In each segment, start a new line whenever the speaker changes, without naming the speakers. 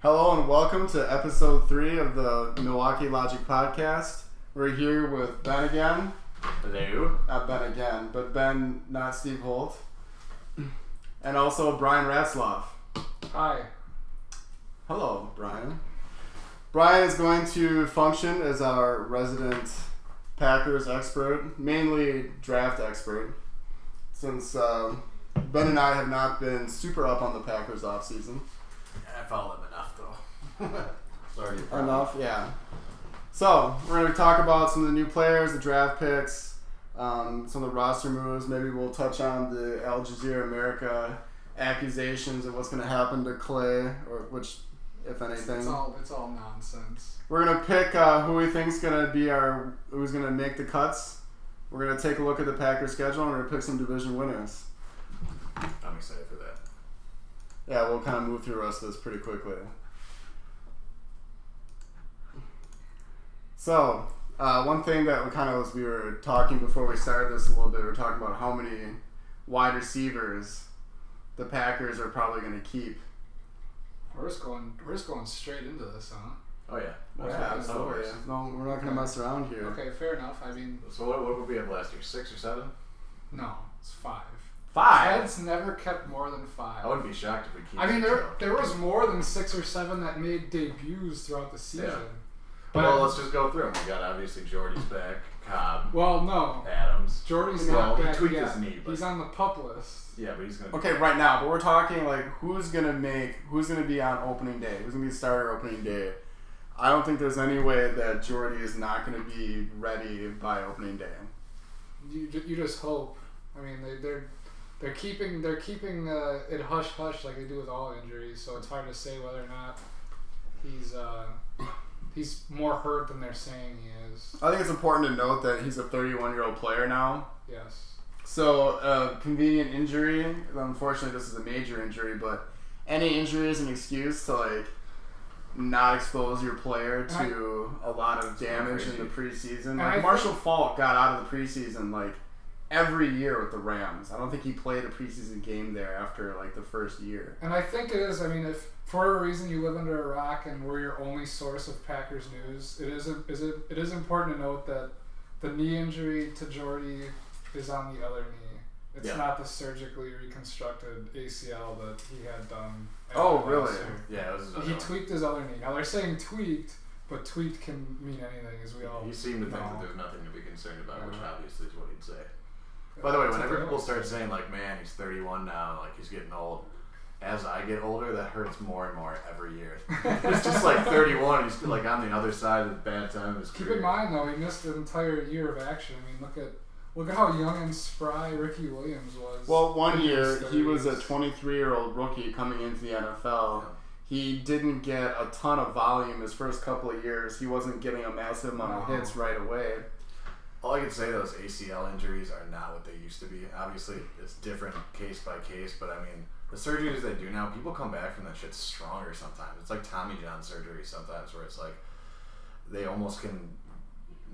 Hello and welcome to episode three of the Milwaukee Logic Podcast. We're here with Ben again.
Hello.
Not Ben again, but Ben, not Steve Holt. And also Brian Ratzloff.
Hi.
Hello, Brian. Brian is going to function as our resident Packers expert, mainly draft expert, since uh, Ben and I have not been super up on the Packers offseason.
I followed him enough though. Sorry.
enough. Yeah. So we're going to talk about some of the new players, the draft picks, um, some of the roster moves. Maybe we'll touch on the Al Jazeera America accusations and what's going to happen to Clay, or which, if
It's,
anything,
it's all it's all nonsense.
we're going to pick uh, who we think's going to be our who's going to make the cuts. We're going to take a look at the Packers schedule and we're going to pick some division winners.
I'm excited for that.
Yeah, we'll kind of move through the rest of this pretty quickly. So, uh, one thing that we kind of was we were talking before we started this a little bit, we were talking about how many wide receivers the Packers are probably going to keep.
We're just going we're just going straight into this, huh?
Oh yeah.
That's
Yeah,
how this
absolutely.
works.
No, we're not going to mess around here.
Okay, fair enough. I mean,
So what, what would we have last year? Six or seven?
no, it's five. Ted's never kept more than
I
five.
wouldn't be shocked if we keep.
I mean,
six,
there
though.
there was more than six or seven that made debuts throughout the season.
Yeah.
But
well, let's just go through them. We got obviously Jordy's back, Cobb,
well, no,
Adams.
Jordy's
Well,
not
he
back
tweaked
yet.
his knee, but-
He's on the pup list.
Yeah, but he's gonna.
Okay, right now, but we're talking like who's gonna make who's gonna be on opening day, who's gonna be starter opening day. I don't think there's any way that Jordy is not gonna be ready by opening day.
You ju- you just hope. I mean, they they're. They're keeping they're keeping uh, it hush hush like they do with all injuries, so it's hard to say whether or not he's uh, he's more hurt than they're saying he is.
I think it's important to note that he's a 31 year old player now.
Yes.
So, uh, convenient injury. Unfortunately, this is a major injury, but any injury is an excuse to like not expose your player to a lot of damage in the preseason.
I
Like
think-
Marshall Falk got out of the preseason like every year with the Rams. I don't think he played a preseason game there after like the first year.
And I think it is. I mean, if for a reason you live under a rock and we're your only source of Packers news, it is a, is it, it is important to note that the knee injury to Jordy is on the other knee. It's
Yeah.
not the surgically reconstructed ACL that he had done. after
Oh,
last
really?
year.
Yeah, this is another
He
one.
tweaked his other knee. Now they're saying tweaked, but tweaked can mean anything, as we all.
He seemed to think
No.
that there's nothing to be concerned about, which
Uh-huh.
obviously is what he'd say. By the way,
That's what
whenever
they
people
always
start
say.
saying like, "Man, he's 31 now, like he's getting old," as I get older, that hurts more and more every year. it's just like 31, he's like on the other side of the bad time of his
Keep
career.
in mind, though, he missed an entire year of action. I mean, look at look at how young and spry Ricky Williams was.
Well, one
in his
year he was a
30s.
23 year old rookie coming into the NFL.
Yeah.
He didn't get a ton of volume his first couple of years. He wasn't getting a massive amount of
No.
hits right away.
All I can say those ACL injuries are not what they used to be. Obviously, it's different case by case, but I mean, the surgeries they do now, people come back from that shit stronger sometimes. It's like Tommy John surgery sometimes, where it's like they almost can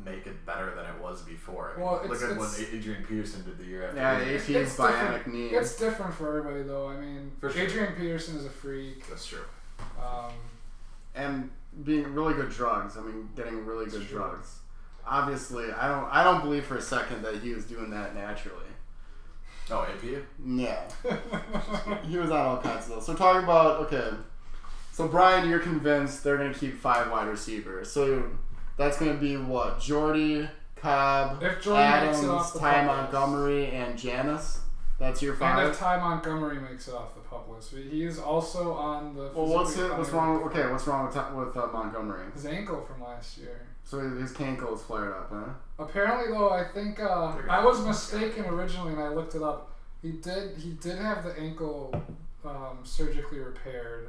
make it better than it was before. I mean,
Well,
look
it's-
at what
it's-
Adrian Peterson did the year after.
Yeah,
he-
AP's
It's
bionic
different.
knee.
It's different for everybody, though. I mean,
For sure.
Adrian Peterson is a freak.
that's true.
Um,
and being really good drugs. I mean, getting really good
It's true.
drugs. Obviously, I don't. I don't believe for a second that he was doing that naturally.
Oh, AP.
No, he was on all kinds of those. So talking about okay. So Brian, you're convinced they're gonna keep five wide receivers. So that's gonna be what Jordy, Cobb,
If Jordy makes
Adams,
it off the
Ty
pup list.
Montgomery, and Janice. That's your
and if
five.
Ty Montgomery makes it off the pup list, but he is also on the.
Well, what's
physically
it? What's
unable-
wrong? Okay, what's wrong with Ty- with uh, Montgomery?
His ankle from last year.
So his cankle's flared up, huh?
Apparently, though, I think uh,
They're
I
gonna-
was mistaken originally, and I looked it up. He did he did have the ankle um, surgically repaired,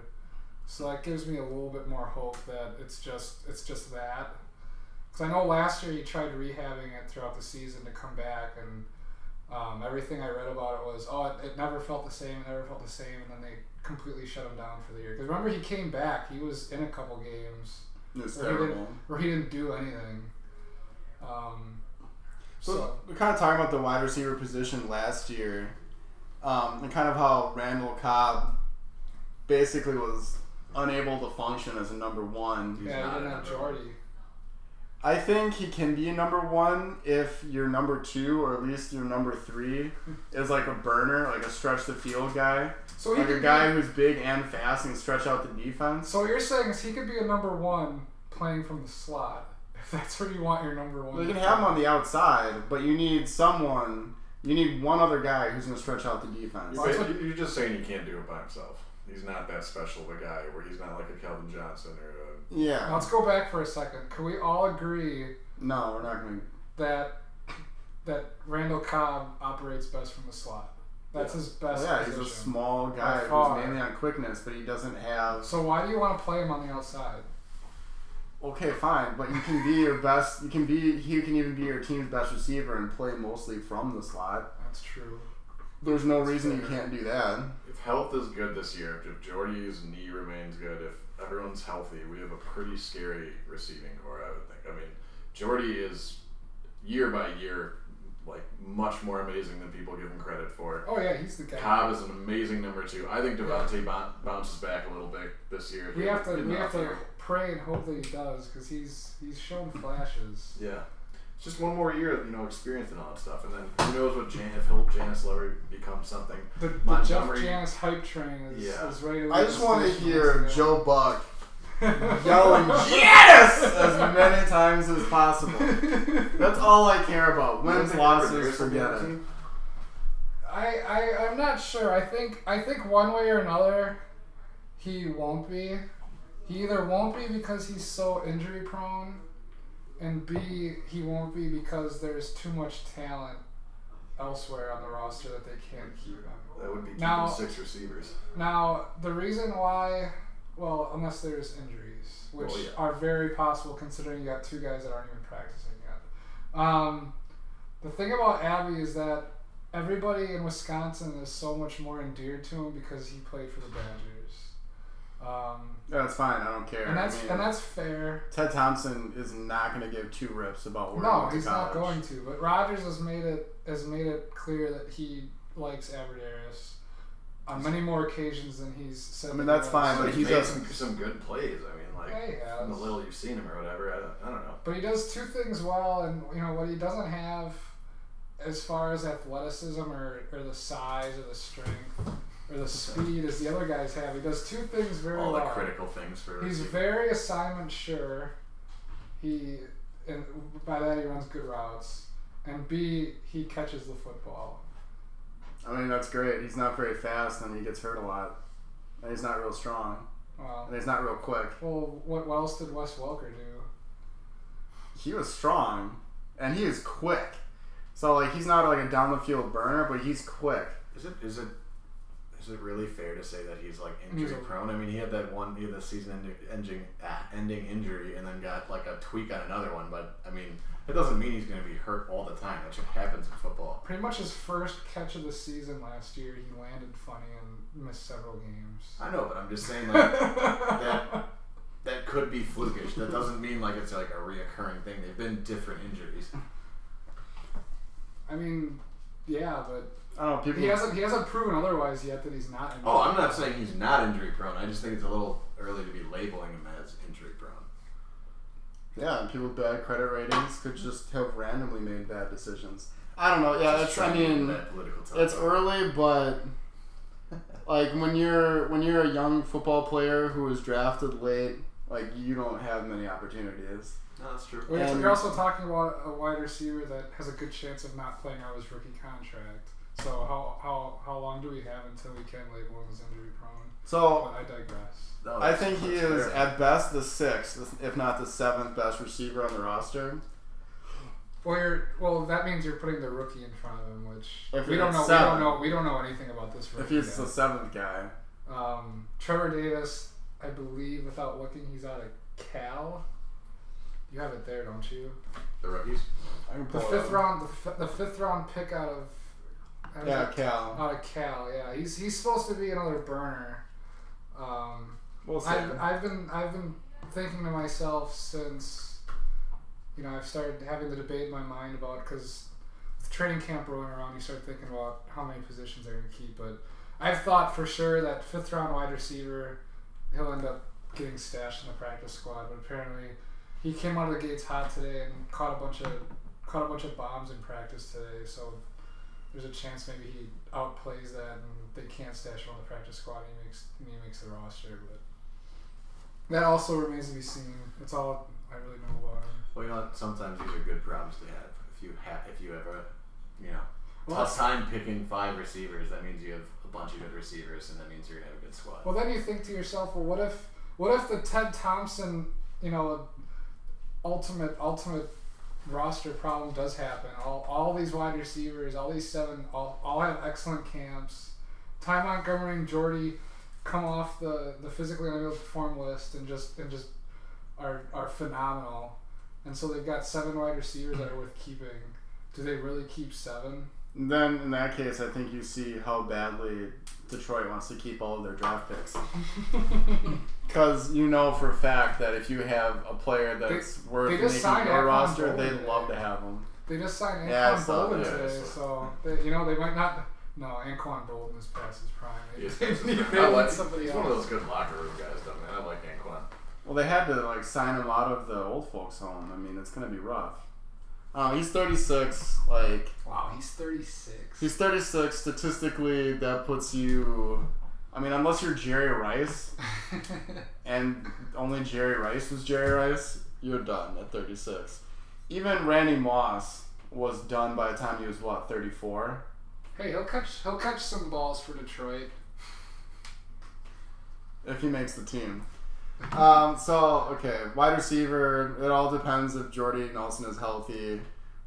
so that gives me a little bit more hope that it's just it's just that. Because I know last year he tried rehabbing it throughout the season to come back, and um, everything I read about it was oh it, it never felt the same, it never felt the same, and then they completely shut him down for the year. Because remember he came back, he was in a couple games
It's
Or he didn't-
terrible.
where he didn't do anything. Um,
So
so
we're kind of talking about the wide receiver position last year, um, and kind of how Randall Cobb basically was unable to function as a number one.
He's
yeah,
not
he didn't
a
have
number one.
Jordy.
I think he can be a number one if your number two or at least your number three is like a burner, like a stretch the field guy,
So he
like a
could
guy who's big and fast and can stretch out the
Be,
defense.
so what you're saying is he could be a number one playing from the slot. If that's where you want your number one.
You
to
can have him
play.
on the outside, but you need someone. You need one other guy who's going to stretch out the defense.
You're, ba- you're just saying he can't do it by himself. He's not that special of a guy where he's not like a Kelvin Johnson or
Now,
Yeah.
let's go back for a second. Can we all agree
No, we're not going to.
that that Randall Cobb operates best from the slot? That's his best
Yeah, he's
position.
a small guy
far.
who's mainly on quickness, but he doesn't have.
so why do you want to play him on the outside?
Okay, fine, but you can be your best. You can be. He can even be your team's best receiver and play mostly from the slot.
That's true.
There's no reason you can't do that.
a, if health is good this year, if Jordy's knee remains good, if everyone's healthy, we have a pretty scary receiving core. I would think. I mean, Jordy is year by year like much more amazing than people give him credit for.
Oh yeah, he's the guy.
Cobb is an amazing number two. I think Devontae bon- bounces back a little bit this year.
We have to
In
we
the
have to
offense.
pray and hope that he does because he's he's shown flashes.
Yeah. It's just one more year of, you know, experience and all that stuff. And then who knows what Jan, if he'll, Janice Levery becomes something.
The, the Jeff
Montgomery-
Janis hype train is,
Yeah.
is ready. To
I
leave
just
the
want to
station
hear
once again.
Joe Buck yelling "Yes!" as many times as possible. That's all I care about. Wins, losses, forget it.
I, I I'm not sure. I think I think one way or another, he won't be. He either won't be because he's so injury prone, and B he won't be because there's too much talent elsewhere on the roster that they can't keep him.
That would be keeping
Now-
six receivers.
Now, the reason why, well, unless there's injuries, which
Well, yeah.
are very possible considering you got two guys that aren't even practicing yet. Um, the thing about Abby is that everybody in Wisconsin is so much more endeared to him because he played for the Badgers. Um,
That's fine. I don't care.
and that's
I mean,
and that's fair.
Ted Thompson is not going to give two rips about where he
No,
went
he's
to
not
college.
going to. But Rogers has made it has made it clear that he likes Aberdarius on many more occasions than he's said.
I mean,
that he
that's
likes.
fine,
So
but he's
he's made
a-
some, some good plays. I mean, like,
Yeah, he has.
from the little you've seen him or whatever. I don't, I don't know.
But he does two things well, and you know what he doesn't have, as far as athleticism or, or the size or the strength or the speed as the other guys have. He does two things very
All the
well.
critical things for
He's
receiver.
very assignment sure. He and by that he runs good routes, and B he catches the football.
I mean, that's great. He's not very fast, and he gets hurt a lot. And he's not real strong,
Well,
and he's not real quick.
well, what else did Wes Welker do?
He was strong, and he is quick. So like, he's not like a down the field burner, but he's quick.
Is it is it is it really fair to say that he's like
He's
injury
a-
prone? I mean, he had that one, he had the season ending ending, ah, ending injury, and then got like a tweak on another one. But I mean, it doesn't mean he's going to be hurt all the time. That shit happens in football.
Pretty much his first catch of the season last year, he landed funny and missed several games.
I know, but I'm just saying like that that could be flukish. That doesn't mean like it's like a reoccurring thing. They've been different injuries.
Mm-hmm.
I mean, yeah, but
I don't know. People.
he hasn't he hasn't proven otherwise yet that he's not.
Oh, I'm not saying he's not injury prone. I just think it's a little early to be labeling him as injury prone.
Yeah, and people with bad credit ratings could just have randomly made bad decisions. I don't know. Yeah,
Just
Uh, that's. I
trying to
mean,
that political talk.
it's early, but like when you're when you're a young football player who was drafted late, like you don't have many opportunities.
No, that's true.
Wait, so
And-
you're also talking about a wide receiver that has a good chance of not playing out his rookie contract. So how how how long do we have until he can label him as injury prone? But
So
I digress.
No,
I
that's-
think he
that's
is
fair.
at best the sixth, if not the seventh best receiver on the roster.
Well, you're, well, that means you're putting the rookie in front of him, which
If
we
you're
don't know.
seven.
We don't know. We don't know anything about this
If
rookie.
he's the
yet.
seventh guy,
um, Trevor Davis, I believe, without looking, he's out of Cal. You have it there, don't you?
the rookies.
I can
The
pull it
fifth
up.
round, the, f- the fifth round pick out of out of-
Yeah, Cal.
out of Cal. Yeah, he's he's supposed to be another burner. Um,
We'll see.
I've, I've been I've been thinking to myself since you know I've started having the debate in my mind about because with training camp rolling around, you start thinking about how many positions they're going to keep. But I've thought for sure that fifth round wide receiver he'll end up getting stashed in the practice squad. But apparently, he came out of the gates hot today and caught a bunch of caught a bunch of bombs in practice today. So there's a chance maybe he outplays that and they can't stash him on the practice squad. And he makes and he makes the roster, but that also remains to be seen. That's all I really know about him.
Well, you know, what? sometimes these are good problems to have. If you ha- if you ever, you know,
Well,
tough time picking five receivers, that means you have a bunch of good receivers, and that means you're gonna have a good squad.
Well, then you think to yourself, well, what if, what if the Ted Thompson, you know, ultimate ultimate roster problem does happen? All, all these wide receivers, all these seven, all, all have excellent camps. Ty Montgomery and Jordy come off the, the physically unable to perform list and just and just are are phenomenal. And so they've got seven wide receivers that are worth keeping. Do they really keep seven?
And then in that case, I think you see how badly Detroit wants to keep all of their draft picks. Because you know for a fact that if you have a player that's worth
they just
making
signed
your
Anquan
roster,
Bolden
they
today.
love to have him.
They just signed Anquan
Yeah, I saw
Bolden
that.
today,
Yeah, I
so they, you know they might not. No, Anquan Bolden is past his prime. They,
Yes,
they need, they
I
need
like,
somebody
he's one of
else.
those good locker room guys, though, man. I like Anquan.
Well, they had to like sign him out of the old folks' home. I mean, it's gonna be rough. Uh, he's 36. Like
Wow, he's 36.
he's 36. Statistically, that puts you. I mean, unless you're Jerry Rice, and only Jerry Rice was Jerry Rice, you're done at 36. Even Randy Moss was done by the time he was what 34.
hey, he'll catch he'll catch some balls for Detroit.
if he makes the team. Um, so okay, wide receiver. It all depends if Jordy Nelson is healthy.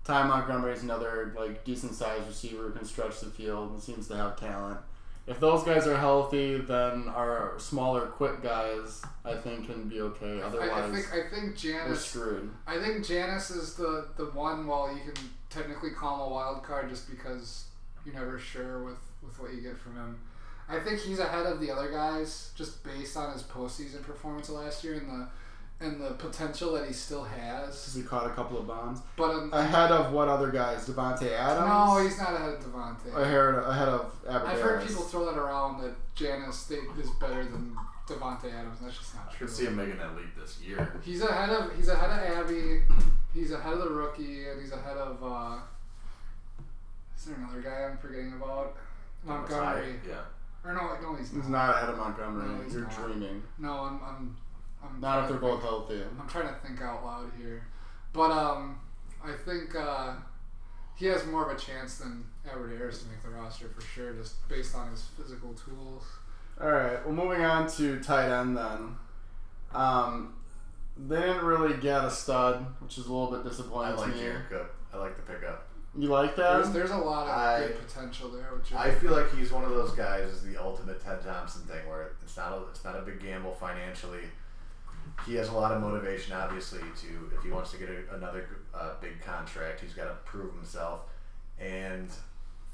Ty Montgomery is another like decent sized receiver who can stretch the field and seems to have talent. If those guys are healthy, then our smaller, quick guys I think can be okay. Otherwise,
I, I think I think
we're
Janice
screwed.
I think Janice is the the one. While you can technically call him a wild card, just because you're never sure with with what you get from him. I think he's ahead of the other guys just based on his postseason performance last year and the and the potential that he still has.
'Cause he caught a couple of bombs
But um,
ahead of what other guys? Devonte Adams.
no, he's not ahead of Devontae.
ahead ahead of Aberderis.
I've heard people throw that around that Janice they, is better than Devontae Adams. and That's just not
I
true.
could see him making that leap this year.
He's ahead of he's ahead of Abby. He's ahead of the rookie, and he's ahead of. Uh, is there another guy I'm forgetting about? Montgomery.
Yeah.
Or no, no, he's
He's
not.
not ahead of Montgomery.
No, he's
You're
not.
dreaming.
No, I'm. I'm, I'm
Not if they're
trying to
both
think-
healthy.
I'm trying to think out loud here, but um, I think uh, he has more of a chance than Edward Harris to make the roster for sure, just based on his physical tools.
All right. Well, moving on to tight end then. Um, they didn't really get a stud, which is a little bit
I
disappointing
like
to me.
Jared Cook. I like the pickup.
You like that?
There's, there's a lot of
Um, I-
good potential there. Which
I feel like he's one of those guys, is the ultimate Ted Thompson thing, where it's not a, it's not a big gamble financially. He has a lot of motivation, obviously, to if he wants to get a, another uh, big contract, he's got to prove himself. And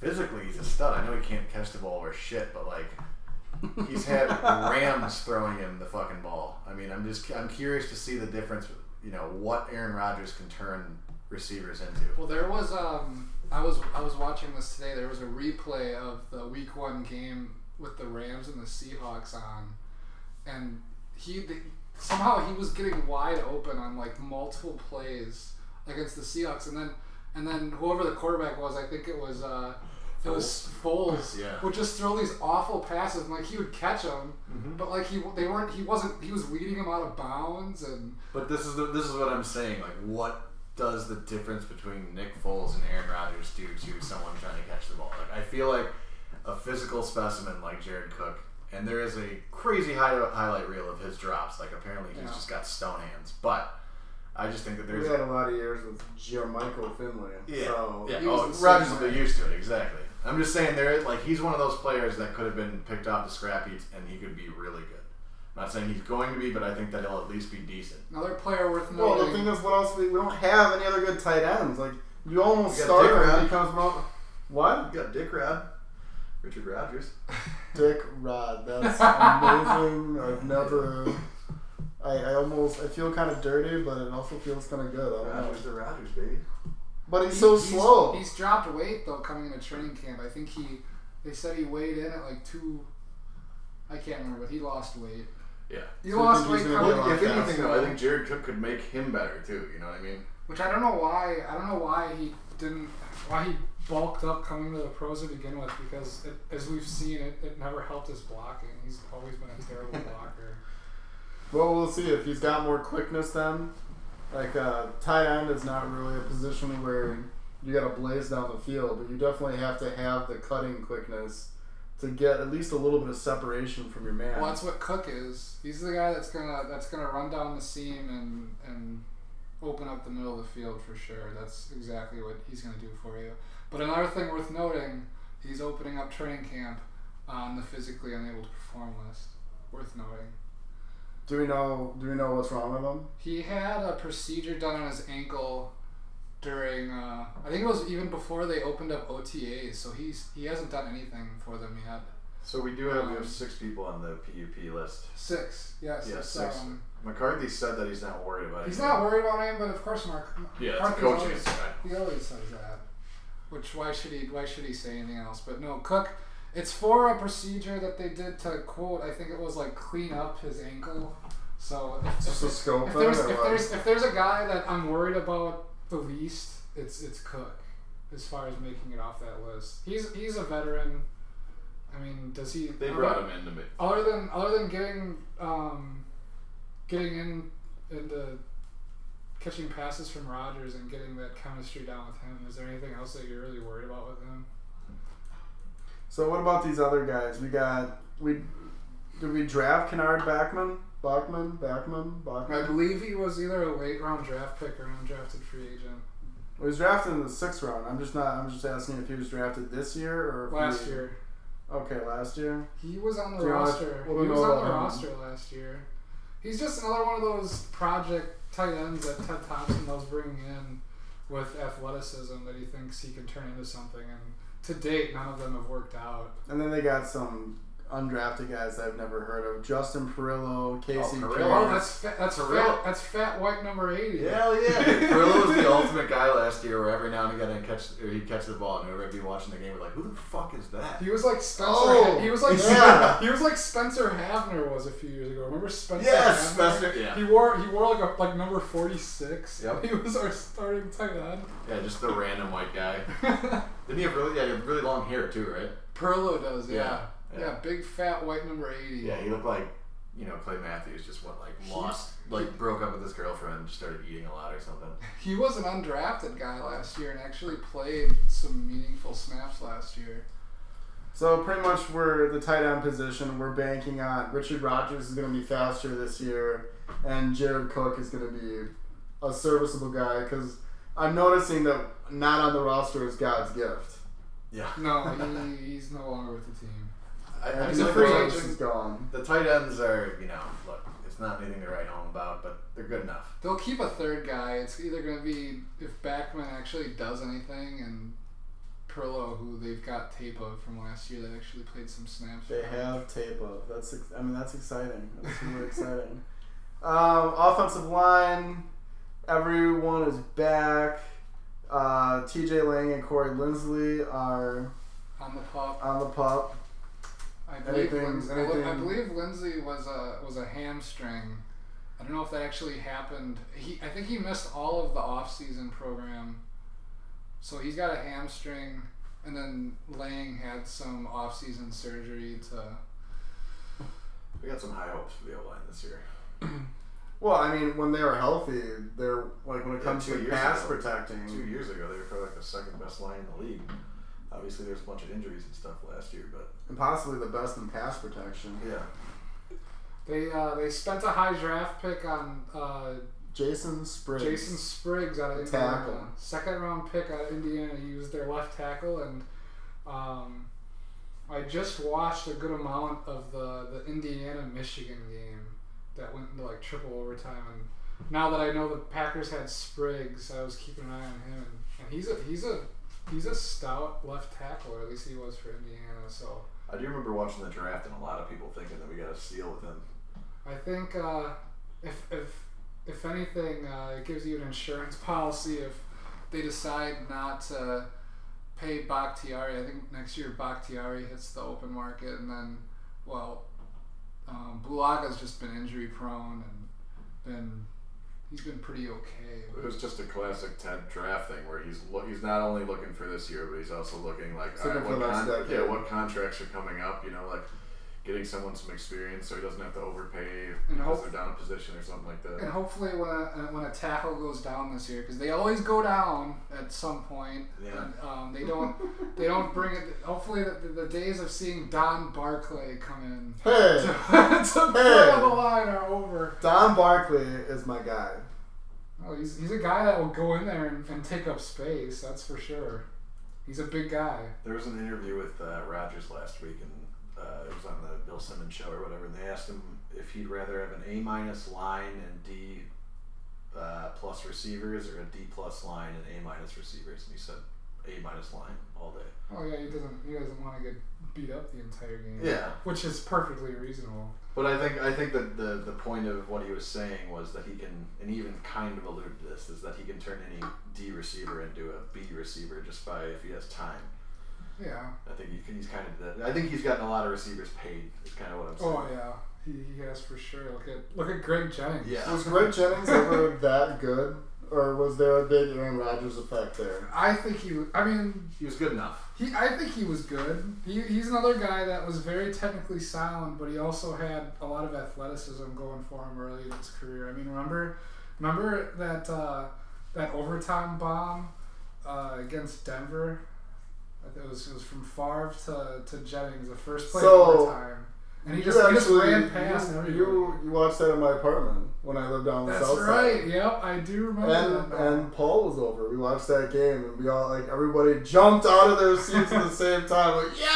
physically, he's a stud. I know he can't catch the ball or shit, but like he's had Rams throwing him the fucking ball. I mean, I'm just I'm curious to see the difference. You know what Aaron Rodgers can turn receivers into.
Well, there was um, I was I was watching this today. There was a replay of the Week One game with the Rams and the Seahawks on, and he they, somehow he was getting wide open on like multiple plays against the Seahawks, and then and then whoever the quarterback was, I think it was uh, it was Foles,
Yeah.
would just throw these awful passes, and like he would catch them,
Mhm.
but like he they weren't he wasn't he was weeding them out of bounds and.
But this is the, this is what I'm saying. Like, what does the difference between Nick Foles and Aaron Rodgers do to someone trying to catch the ball? Like, I feel like a physical specimen like Jared Cook, and there is a crazy high, highlight reel of his drops. Like, apparently he's
Yeah.
just got stone hands. But I just think that there's
a lot of years with Jermichael Finley.
yeah, yeah.
He was
Oh,
the same
Rodgers will
way.
be used to it exactly. I'm just saying there, like he's one of those players that could have been picked off the scrap heaps, and he could be really good. I'm not saying he's going to be, but I think that he'll at least be decent.
Another player worth noting.
Well, the thing is, what else? We, we don't have any other good tight ends. Like you almost
You got
start
Dick
him,
Rod.
he becomes wrong. What?
You got Dick Rod, Richard Rodgers.
Dick Rod. That's amazing. I've never. I, I almost I feel kind of dirty, but it also feels kind of good. I don't know.
the Rodgers, baby.
But he's so slow.
He's dropped weight though coming into training camp. I think he they said he weighed in at like two I can't remember, but he lost weight.
Yeah.
You
So you
lost
think he's
weight
gonna
coming
go
off
up
if
fast?
anything, though, I think Jared Cook could make him better too. You know what I mean?
Which I don't know why. I don't know why he didn't. Why he bulked up coming to the pros to begin with? Because it, as we've seen, it, it never helped his blocking. He's always been a terrible blocker.
Well, we'll see if he's got more quickness then. Like, uh, tight end is not really a position where you got to blaze down the field, but you definitely have to have the cutting quickness to get at least a little bit of separation from your man.
Well, that's what Cook is. He's the guy that's gonna that's gonna run down the seam and and open up the middle of the field for sure. That's exactly what he's gonna do for you. But another thing worth noting, he's opening up training camp on the physically unable to perform list. Worth noting.
Do we know? Do we know what's wrong with him?
He had a procedure done on his ankle during uh, I think it was even before they opened up OTAs, so he's he hasn't done anything for them yet.
So we do have we have six people on the PUP list.
Six, yes,
Yeah,
that's,
six.
um,
McCarthy said that he's not worried about it.
He's not worried about him, but of course, Mark.
Yeah, it's
Mark is
coaching.
always- he always says that. Which why should he? Why should he say anything else? But no, Cook. It's for a procedure that they did to quote. I think it was like clean up his ankle. So if,
Just a
if,
scope
if
then,
there's
or
if
what?
there's if there's a guy that I'm worried about the least, it's it's Cook. As far as making it off that list, he's he's a veteran. I mean, does he?
They
I
brought
don't-
him into it.
other than other than getting um, getting in into catching passes from Rodgers and getting that chemistry down with him, is there anything else that you're really worried about with him?
So what about these other guys? We got we did we draft Kennard Backman, Bachman, Backman,
I
Bachman?
believe he was either a late round draft pick or an undrafted free agent
He was drafted in the sixth round. I'm just not. I'm just asking if he was drafted this year or if
last
he-
year.
Okay, last year.
He was on the
Do you wanna-
roster.
what do
he
we
was
know
on the
about him?
roster last year. He's just another one of those project tight ends that Ted Thompson loves bringing in with athleticism that he thinks he can turn into something. And to date, none of them have worked out.
And then they got some undrafted guys I've never heard of: Justin Perillo, Casey.
Perillo.
Kerr.
Oh, that's fat, that's
For real?
fat, that's fat white number eighty.
Hell yeah! Perillo was the ultimate guy last year, where every now and again he'd catch, or he'd catch the ball, and everybody watching the game were like, "Who the fuck is that?"
He was like Spencer.
Oh,
he was like
yeah.
he was like Spencer Havner was a few years ago. Remember Spencer?
Yes,
Havner?
Spencer- yeah.
He wore he wore like a, like number forty six.
Yep.
He was our starting tight end.
Yeah, just the random white guy. Didn't he have really, yeah, he had really long hair too, right?
Perlo does,
yeah.
yeah.
Yeah.
yeah.
Yeah,
big fat white number 80.
Yeah, he looked like, you know, Clay Matthews just went like lost, like broke up with his girlfriend, just started eating a lot or something.
He was an undrafted guy last year and actually played some meaningful snaps last year.
So pretty much we're the tight end position. We're banking on Richard Rodgers is going to be faster this year, and Jared Cook is going to be a serviceable guy because I'm noticing that not on the roster is God's gift.
Yeah,
No, he, he's no longer with the team.
I, I
And
He's a
feel like
free
Rodgers
those-
agent.
is gone.
The tight ends are, you know, look, it's not anything to write home about, but they're good enough.
They'll keep a third guy. It's either going to be if Backman actually does anything and Perlo, who they've got tape of from last year that actually played some snaps.
They
for.
have tape up. That's ex- I mean that's exciting. That's really exciting. Um, offensive line, everyone is back. Uh, T.J. Lang and Corey Lindsley are
On the pop.
on the pup.
I believe,
Anything-
Lindsay, I li- I
anything-
believe Lindsay was a was a hamstring. I don't know if that actually happened. He I think he missed all of the off-season program, so he's got a hamstring. And then Lang had some off-season surgery to.
We got some high hopes for the O line this year.
Well, I mean, when they were healthy, they're like when it
Yeah,
comes
two
to
years
pass
ago.
protecting.
Two years ago, they were probably like the second best line in the league. Obviously, there's a bunch of injuries and stuff last year, but
and possibly the best in pass protection.
yeah,
They uh, they spent a high draft pick on uh,
Jason Spriggs.
Jason Spriggs out of
The tackle.
Indiana. Second round pick out of Indiana. He was their left tackle, and um, I just watched a good amount of the, the Indiana Michigan game that went into like triple overtime. And now that I know the Packers had Spriggs, I was keeping an eye on him, and, and he's a he's a he's a stout left tackle, or at least he was for Indiana. So
I do remember watching the draft and a lot of people thinking that we got a steal with him.
I think uh, if, if if anything, uh, it gives you an insurance policy if they decide not to pay Bakhtiari. I think next year Bakhtiari hits the open market, and then well, Um, Bulaga's just been injury prone and been he's been pretty okay.
It was just a classic Ted draft thing where he's lo- he's not only looking for this year, but he's also looking like
He's
all
looking
right,
for
what
the next
con-
decade.
yeah, what contracts are coming up? You know, like getting someone some experience so he doesn't have to overpay
And
because
hope-
they're down a position or something like that.
And hopefully, when a, uh, when a tackle goes down this year, because they always go down at some point.
Yeah.
And, um, they don't. they don't bring it. Hopefully, the, the days of seeing Don Barclay come in to,
Hey,
to play on the line are over.
Don Barkley is my guy.
Oh, he's, he's a guy that will go in there and, and take up space. That's for sure. He's a big guy.
There was an interview with uh, Rogers last week, and uh, it was on the Bill Simmons show or whatever. And they asked him if he'd rather have an A minus line and D uh, plus receivers, or a D plus line and A minus receivers. And he said A minus line all day.
Oh yeah, he doesn't. He doesn't want to get beat up the entire game.
Yeah,
Which is perfectly reasonable.
but I think I think that the the point of what he was saying was that he can, and he even kind of alluded to this, is that he can turn any D receiver into a B receiver just by if he has time.
Yeah.
I think he, he's kind of. I think he's gotten a lot of receivers paid. Is kind of what I'm saying.
Oh yeah. He, he has for sure. Look at look at Greg Jennings.
Yeah.
Was Greg Jennings ever that good, or was there a big Aaron Rodgers effect there?
I think he. I mean,
He was good enough.
he. I think he was good. He, he's another guy that was very technically sound, but he also had a lot of athleticism going for him early in his career. I mean, remember, remember that uh, that overtime bomb uh, against Denver. I think It was, it was from Favre to, to Jennings, the first play
So,
of overtime, and he just, he just ran past
you,
everybody.
you, you watched that in my apartment when I lived down the
That's
south
right.
side.
Yep, I do remember that.
And
now.
and Paul was over. We watched that game, and we all like everybody jumped out of their seats at the same time. Like yeah!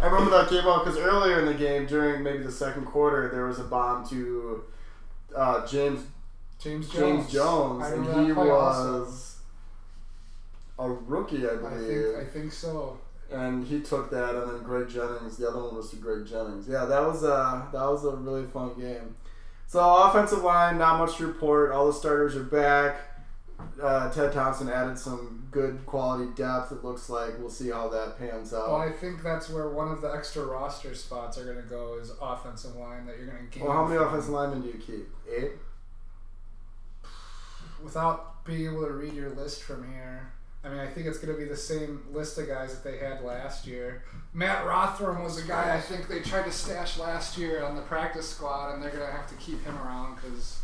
I remember that came out because earlier in the game, during maybe the second quarter, there was a bomb to uh, James
James Jones.
James Jones,
I remember
and he
that play also.
was a rookie, I
I
believe.
think, I think so.
and he took that, and then Greg Jennings. The other one was to Greg Jennings. Yeah, that was a that was a really fun game. So offensive line, not much to report. All the starters are back. Uh, Ted Thompson added some good quality depth. It looks like we'll see how that pans out.
Well, I think that's where one of the extra roster spots are going to go is offensive line that you're going to gain.
Well, how many
from-
offensive linemen do you keep? Eight.
Without being able to read your list from here, I mean, I think it's going to be the same list of guys that they had last year. Matt Rothram was a guy I think they tried to stash last year on the practice squad, and they're going to have to keep him around because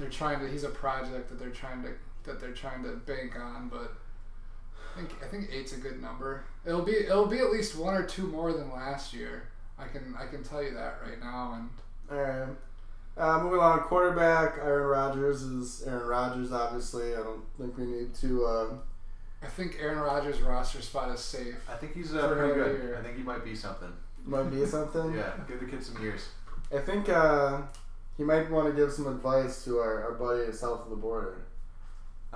they're trying to. He's a project that they're trying to that they're trying to bank on, but. I think I think eight's a good number. It'll be it'll be at least one or two more than last year. I can I can tell you that right now. And
All right. Uh, moving on, quarterback Aaron Rodgers is Aaron Rodgers. Obviously, I don't think we need to. Uh,
I think Aaron Rodgers' roster spot is safe.
I think he's
For
uh, pretty
another
good.
year.
I think he might be something.
might be something.
Yeah, give the kid some years.
I think uh, he might want to give some advice to our, our buddy south of the border,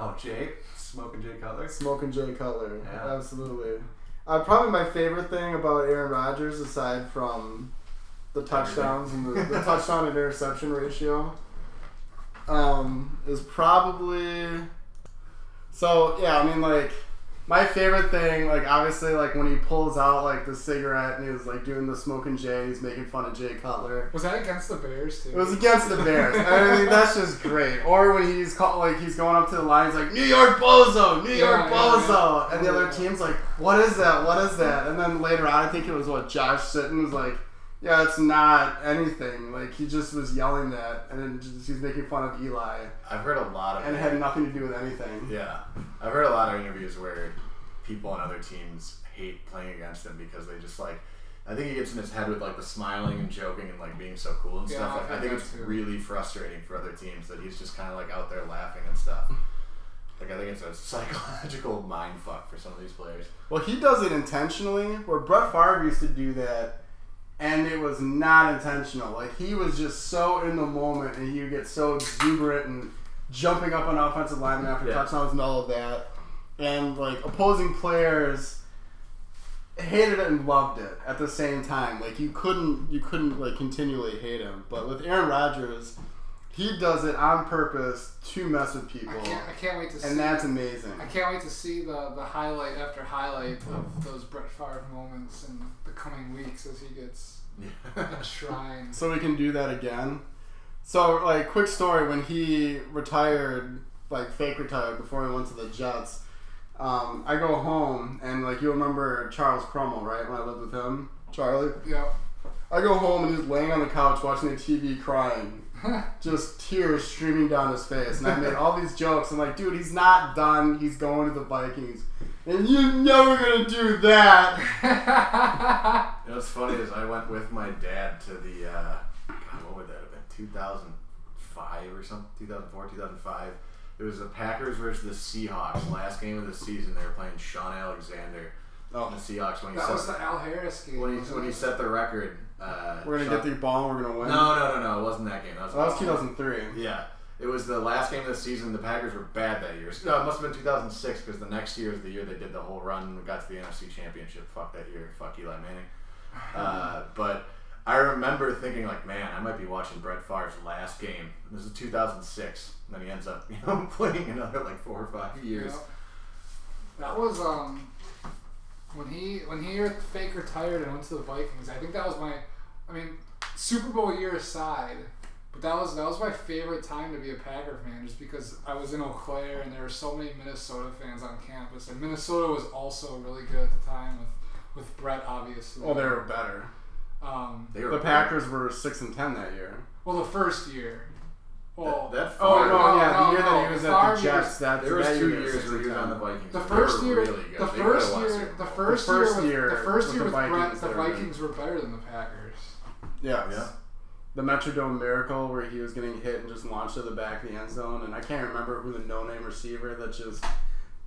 Oh, Jake, smoking Jake Cutler.
Smoking Jay Cutler.
Yeah.
Absolutely. Uh, probably my favorite thing about Aaron Rodgers, aside from the touchdowns and the, the touchdown and interception ratio, um, is probably. So yeah, I mean like. My favorite thing, like obviously, like when he pulls out like the cigarette and he's like doing the smoking Jay, he's making fun of Jay Cutler.
Was that against the Bears too?
It was against the Bears. I mean, that's just great. Or when he's call, like he's going up to the lines like New York Bozo, New York
Yeah, yeah,
Bozo,
yeah.
and the other team's like, what is that? What is that? And then later on, I think it was what Josh Sitton was like, yeah, it's not anything. Like he just was yelling that, and then just, he's making fun of Eli,
I've heard a lot of
and it had nothing to do with anything.
yeah, I've heard a lot of interviews where people on other teams hate playing against him because they just like. I think he gets in his head with like the smiling and joking and like being so cool and
Yeah,
stuff.
I've
Like, I
heard
think
that
it's
too.
really frustrating for other teams that he's just kind of like out there laughing and stuff. Like I think it's a psychological mind fuck for some of these players.
Well, he does it intentionally. Where Brett Favre used to do that, and it was not intentional. Like he was just so in the moment, and he would get so exuberant and jumping up on offensive linemen after
Yeah.
touchdowns and all of that. And like opposing players hated it and loved it at the same time. Like you couldn't you couldn't like continually hate him. But with Aaron Rodgers, he does it on purpose to mess with
I
people.
can't, I can't wait to see.
And that's amazing.
I can't wait to see the, the highlight after highlight of those Brett Favre moments in the coming weeks as he gets
Yeah.
enshrined.
so we can do that again. So, like, quick story when he retired, like, fake retired before he went to the Jets, um, I go home, and, like, you remember Charles Cromwell, right? When I lived with him, Charlie.
Yep.
I go home, and he's laying on the couch watching the TV crying, just tears streaming down his face. And I made all these jokes. I'm like, dude, he's not done. He's going to the Vikings. And you're never going to do that.
yeah.
You know what's funny is I went with my dad to the uh, God, what would that have been? 2005 or something? 2004, 2005. It was the Packers versus the Seahawks. Last game of the season, they were playing Sean Alexander.
Oh.
The Seahawks when he
That was
set
the Al Harris game.
when he
wasn't
when he
it?
set the record. Uh,
We're going to
Sean-
get the ball, and we're going to win.
No, no, no, no. It wasn't that game. That was,
That was 2003.
Yeah. It was the last game of the season. The Packers were bad that year. No, it must have been 2006 because the next year is the year they did the whole run and got to the NFC Championship. Fuck that year. Fuck Eli Manning. Uh, but I remember thinking, like, man, I might be watching Brett Favre's last game. This is 2006. And then he ends up, you know, playing another, like, four or five years.
Yep. That was um when he when he re- fake retired and went to the Vikings. I think that was my, I mean, Super Bowl year aside, but that was that was my favorite time to be a Packer fan, just because I was in Eau Claire and there were so many Minnesota fans on campus, and Minnesota was also really good at the time with with Brett obviously.
Oh,
Well, they were better.
Um,
They were
The Packers were 6 and 10 that year.
well, the first year. Well,
that
Oh,
Favre-
no,
no,
yeah,
no,
the year that
no,
he was
Favre
at the
was-
Jets, that,
There was
that
two
year
years where he was on the
Vikings.
Vikings.
The
They
first
were
year,
really good.
the
They could've
first
won a
year,
Super
the
Bowl.
first
The
year,
first
with,
year
the first
with
year
the
with
Vikings,
Brett, the
they were good.
Vikings were better than the Packers.
Yes.
Yeah.
The Metrodome Miracle where he was getting hit and just launched to the back of the end zone. And I can't remember who the no-name receiver that just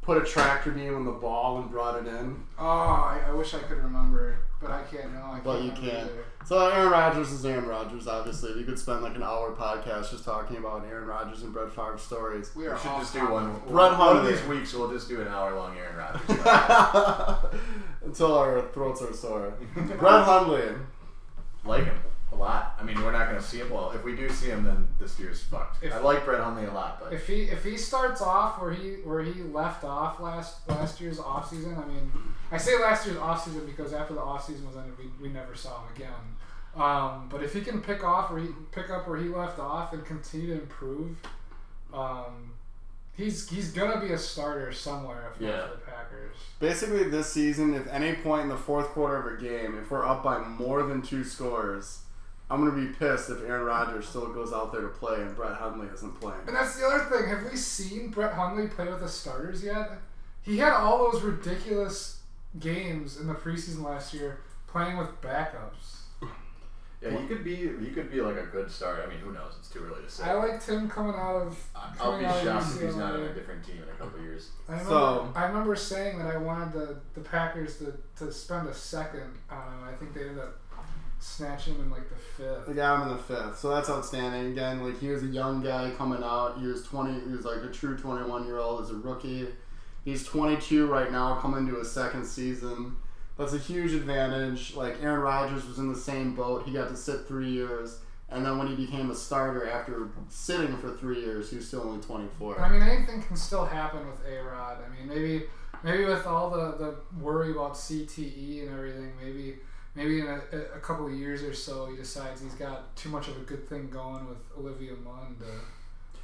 put a tractor beam on the ball and brought it in.
Oh, I, I wish I could remember, but I can't. No, I can't.
But you
remember
can't.
either.
So Aaron Rodgers is Aaron Rodgers, obviously. We could spend like an hour podcast just talking about Aaron Rodgers and Brett Favre stories.
We
We
are
should
off
just do
topic.
one.
Brett
one of
Hundley.
these weeks, we'll just do an hour long Aaron Rodgers.
Until our throats are sore. Brett Hundley.
like him a lot. I mean, we're not going to see him. Well, if we do see him, then this year's fucked.
If-
I like Brett Hundley a lot, but
If he if he starts off where he where he left off last last year's off season, I mean, I say last year's off season because after the off season was ended, we, we never saw him again. Um, but if he can pick off where he pick up where he left off and continue to improve, um, he's he's gonna be a starter somewhere if not
Yeah.
for the Packers.
Basically, this season, if any point in the fourth quarter of a game, if we're up by more than two scores, I'm gonna be pissed if Aaron Rodgers still goes out there to play and Brett Hundley isn't playing.
And that's the other thing. Have we seen Brett Hundley play with the starters yet? He had all those ridiculous games in the preseason last year playing with backups.
yeah, he could be he could be like a good start. I mean, who knows? It's too early to say.
I liked him coming out of.
I- I'll
Coming
be
out of
shocked if he's not on
UCLA.
a different team in a couple years.
I remember,
So-
I remember saying that I wanted the, the Packers to, to spend a second on him. I think they ended up snatching him in like the
They
fifth.
got him in the fifth, so that's outstanding. Again, like he was a young guy coming out. He was 20. He was like a true 21 year old. He's a rookie. He's 22 right now, coming to his second season. That's a huge advantage. Like Aaron Rodgers was in the same boat. He got to sit three years, and then when he became a starter after sitting for three years, he was still only 24.
I mean, anything can still happen with A Rod. I mean, maybe maybe with all the, the worry about CTE and everything, maybe maybe in a, a couple of years or so, he decides he's got too much of a good thing going with Olivia Munn to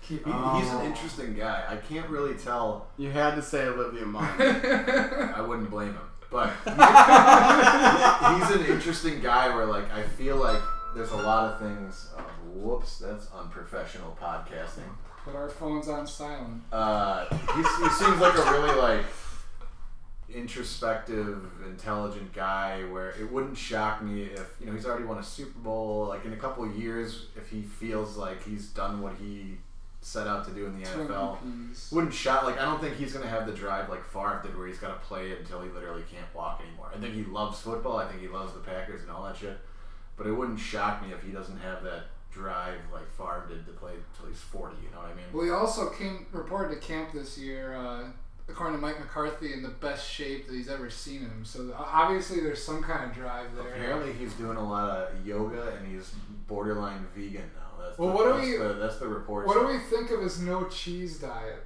keep.
He, He's
Oh.
an interesting guy. I can't really tell.
You had to say Olivia Munn.
I wouldn't blame him, but he's an interesting guy. Where like I feel like there's a lot of things. Uh, whoops, that's unprofessional podcasting.
Put our phones on silent.
Uh, he's, he seems like a really like introspective, intelligent guy. Where it wouldn't shock me if you know he's already won a Super Bowl. Like in a couple of years, if he feels like he's done what he set out to do in the
Two
NFL,
MVPs.
wouldn't shock. Like I don't think he's gonna have the drive like Favre did, where he's got to play it until he literally can't walk anymore. I think he loves football. I think he loves the Packers and all that shit. But it wouldn't shock me if he doesn't have that drive like Favre did to play until he's forty. You know what I mean?
Well, he also came reported to camp this year, uh, according to Mike McCarthy, in the best shape that he's ever seen him. So uh, obviously, there's some kind of drive there.
Apparently, he's doing a lot of yoga and he's borderline vegan now. That's
Well,
the,
what do
that's
we-
The, that's the report.
What do we think of his no cheese diet?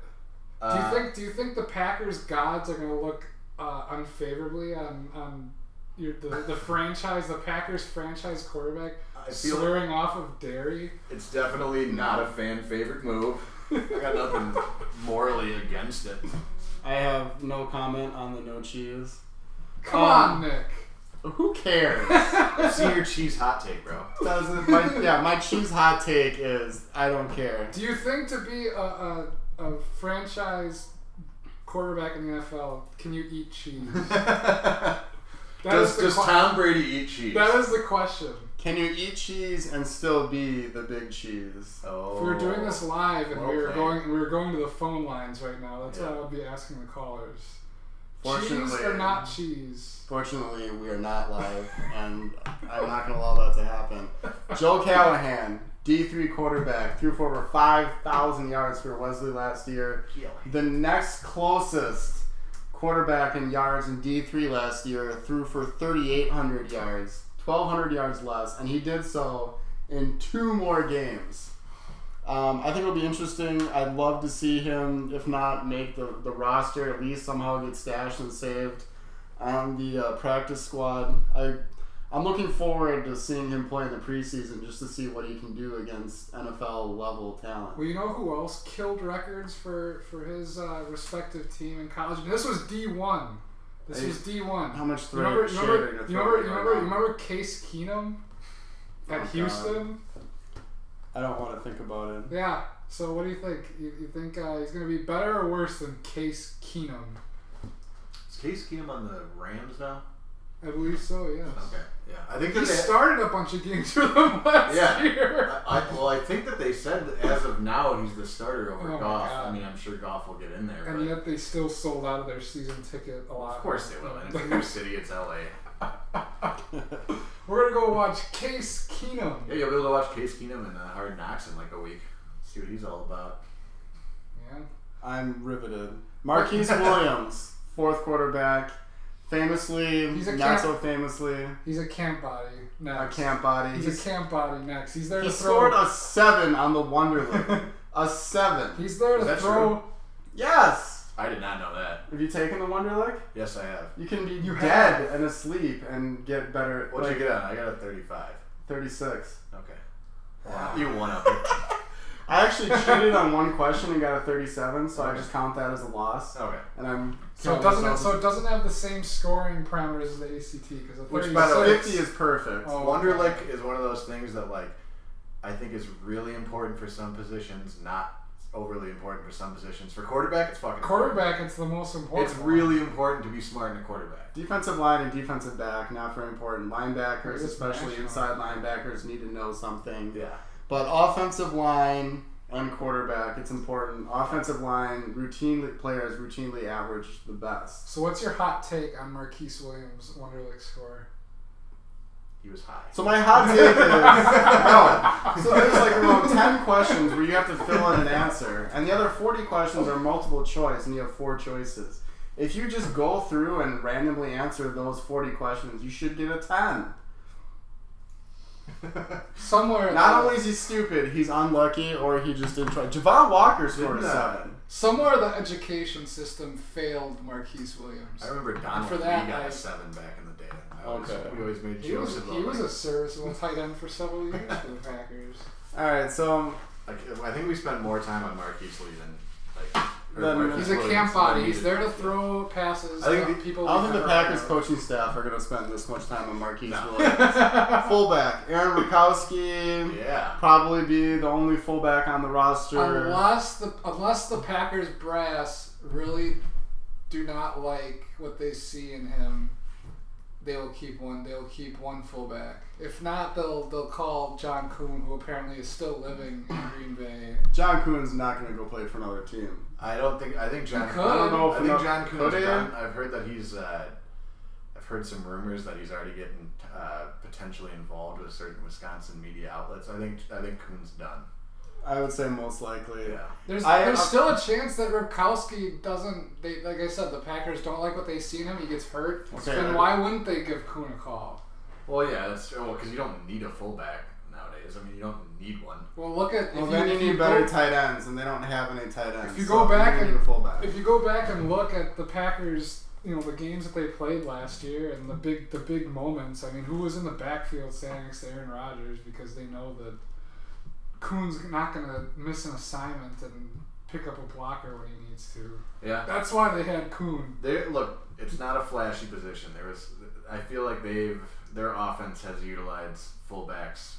Do
uh,
you think Do you think the Packers gods are going to look uh, unfavorably uh, on on your, the, the franchise, the Packers franchise quarterback,
I feel
slurring off of dairy.
it's definitely not a fan favorite move. I got nothing morally against it.
I have no comment on the no cheese.
Come
Um,
on, Nick.
Who cares?
See your cheese hot take, bro.
Doesn't my, yeah, my cheese hot take is I don't care.
Do you think to be a, a, a franchise quarterback in the NFL, can you eat cheese? That is
does
the
does
que-
Tom Brady eat cheese?
that is the question.
Can you eat cheese and still be the big cheese?
oh.
If we were doing this live and we
Well
were
played.
going we were going to the phone lines right now, that's what
Yeah.
I would be asking the callers. Cheese
Fortunately- um,
or not cheese?
Fortunately, we are not live, and I'm not going to allow that to happen. Joe Callahan, D3 quarterback, threw for over 5,000 yards for Wesley last year. The next closest quarterback in yards in D3 last year threw for 3,800 yards, 1,200 yards less, and he did so in two more games. Um, I think it'll be interesting. I'd love to see him, if not make the, the roster, at least somehow get stashed and saved on the uh, practice squad. I, I'm looking forward to seeing him play in the preseason just to see what he can do against NFL level talent.
Well, you know who else killed records for for his uh, respective team in college? And this was D one. This
Hey,
was D one.
How much
You
threat?
remember, you
shade
remember,
are gonna
you
throw
remember,
at
you
me
remember,
right
you
now?
remember Case Keenum at
Oh,
Houston?
I don't want to think about it.
Yeah. So what do you think? You, you think uh, he's gonna be better or worse than Case Keenum?
Is Case Keenum on the Rams now?
I believe so. Yes.
Okay. Yeah. I think
He
that they,
started a bunch of games for them last
Yeah.
year.
I, I, well, I think that they said that as of now he's the starter
Oh
over
my
Goff.
God.
I mean, I'm sure Goff will get in there.
And
but
yet they still sold out of their season ticket a lot.
Of course they will. And it's a new city. It's LA.
We're gonna go watch Case Keenum.
Yeah, you'll be able to watch Case Keenum and uh, Hard Knocks in like a week. See what he's all about.
Yeah.
I'm riveted. Marquise Williams, fourth quarterback, famously,
He's a
not
camp-
so famously,
He's a camp body
a
next.
camp body.
He's,
He's,
a camp body next. He's there
he
to throw.
scored a seven on the Wonderland. a seven.
He's there
Is
to
that
throw.
Yes.
I did not know that.
Have you taken the Wonderlic?
Yes, I have.
You can be
You
dead and asleep and get better.
What'd
like
you get on? I got a 35.
36.
Okay.
Wow.
You won up. it.
I actually cheated on one question and got a 37, so I just count that as a loss.
Okay.
And I'm
So it
killing
doesn't.
myself.
So it doesn't have the same scoring parameters as the ACT because the
Which, by the way,
36
50 is perfect.
Oh.
Wonderlic is one of those things that like I think is really important for some positions, not overly important for some positions. For quarterback, it's fucking
quarterback, it's the most
important.
important.
It's
one.
really important to be smart in a quarterback.
Defensive line and defensive back, not very important. Linebackers,
Greatest
especially
national.
inside linebackers, need to know something.
Yeah.
But offensive line and quarterback, it's important. Offensive line, routinely players routinely average the best.
So what's your hot take on Marquise Williams Wonderlic score?
He was high.
So my hot take is no. So there's like around ten questions where you have to fill in an answer, and the other forty questions are multiple choice, and you have four choices. If you just go through and randomly answer those forty questions, you should get a ten.
Somewhere. uh,
Not only is he stupid, he's unlucky, or he just didn't try. Javon Walker scored a
Didn't, uh,
seven.
Somewhere the education system failed Marquise Williams.
I remember Donald
For
Lee
that,
got
I-
a seven back in the day. I always,
Okay.
We always made
He
jokes
was,
about.
he was
like,
a serviceable tight end for several years for the Packers.
All right, so um,
like, I think we spent more time on Marquise Lee than like. or
Then-
Marquise
He's a
Williams
camp
than
body.
we
He's
did.
there to throw passes.
I think
to
the-
I
people
don't think
we
the
never
Packers
know.
coaching staff are going to spend this much time on Marquise
No.
Williams. fullback Aaron Rakowski
Yeah.
probably be the only fullback on the roster.
Unless the unless the Packers brass really do not like what they see in him, they'll keep one. They'll keep one fullback. If not, they'll they'll call John Kuhn, who apparently is still living in Green Bay.
John Coon's not going to go play for another team.
I don't think. I think John.
could.
I don't know if
I think
enough-
John Kuhn's
could he?
done. I've heard that he's. Uh, I've heard some rumors that he's already getting uh, potentially involved with certain Wisconsin media outlets. I think. I think Kuhn's done.
I would say most likely.
Yeah.
There's
I- uh,
there's
I-
still a chance that Ripkowski doesn't. They like I said, the Packers don't like what they see in him. He gets hurt.
Okay.
Then why wouldn't they give Kuhn a call?
Well, yeah, that's true. Well, because you don't need a fullback nowadays. I mean, you don't need one.
Well, look at
Well,
if
then
you,
you
if you
need better
go-
tight ends, and they don't have any tight ends.
If you
so
go back
you need
and-
a fullback,
If you go back and look at the Packers you know the games that they played last year and the big the big moments. I mean, who was in the backfield standing next to Aaron Rodgers because they know that Coon's not gonna miss an assignment and pick up a blocker when he needs to.
Yeah.
That's why they had Coon.
They look. It's not a flashy position. There was. I feel like they've their offense has utilized fullbacks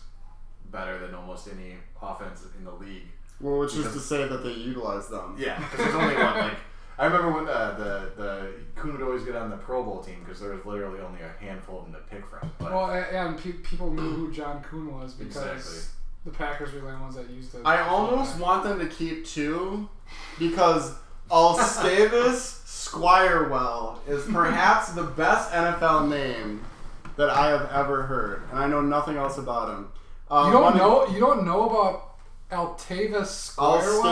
better than almost any offense in the league.
Well, which is
Because-
to say that they utilize them.
Yeah, because there's only one. Like I remember when uh, the the Kuhn would always get on the Pro Bowl team because there was literally only a handful of them to pick from. But
Well, a- and pe- people knew who John Coon was because
Exactly.
the Packers were the only ones that used it.
I almost want them to keep two because Alstavis Squirewell is perhaps the best NFL name that I have ever heard, and I know nothing else about him. Um,
you don't
one-
know. You don't know about Altavis Squirewell?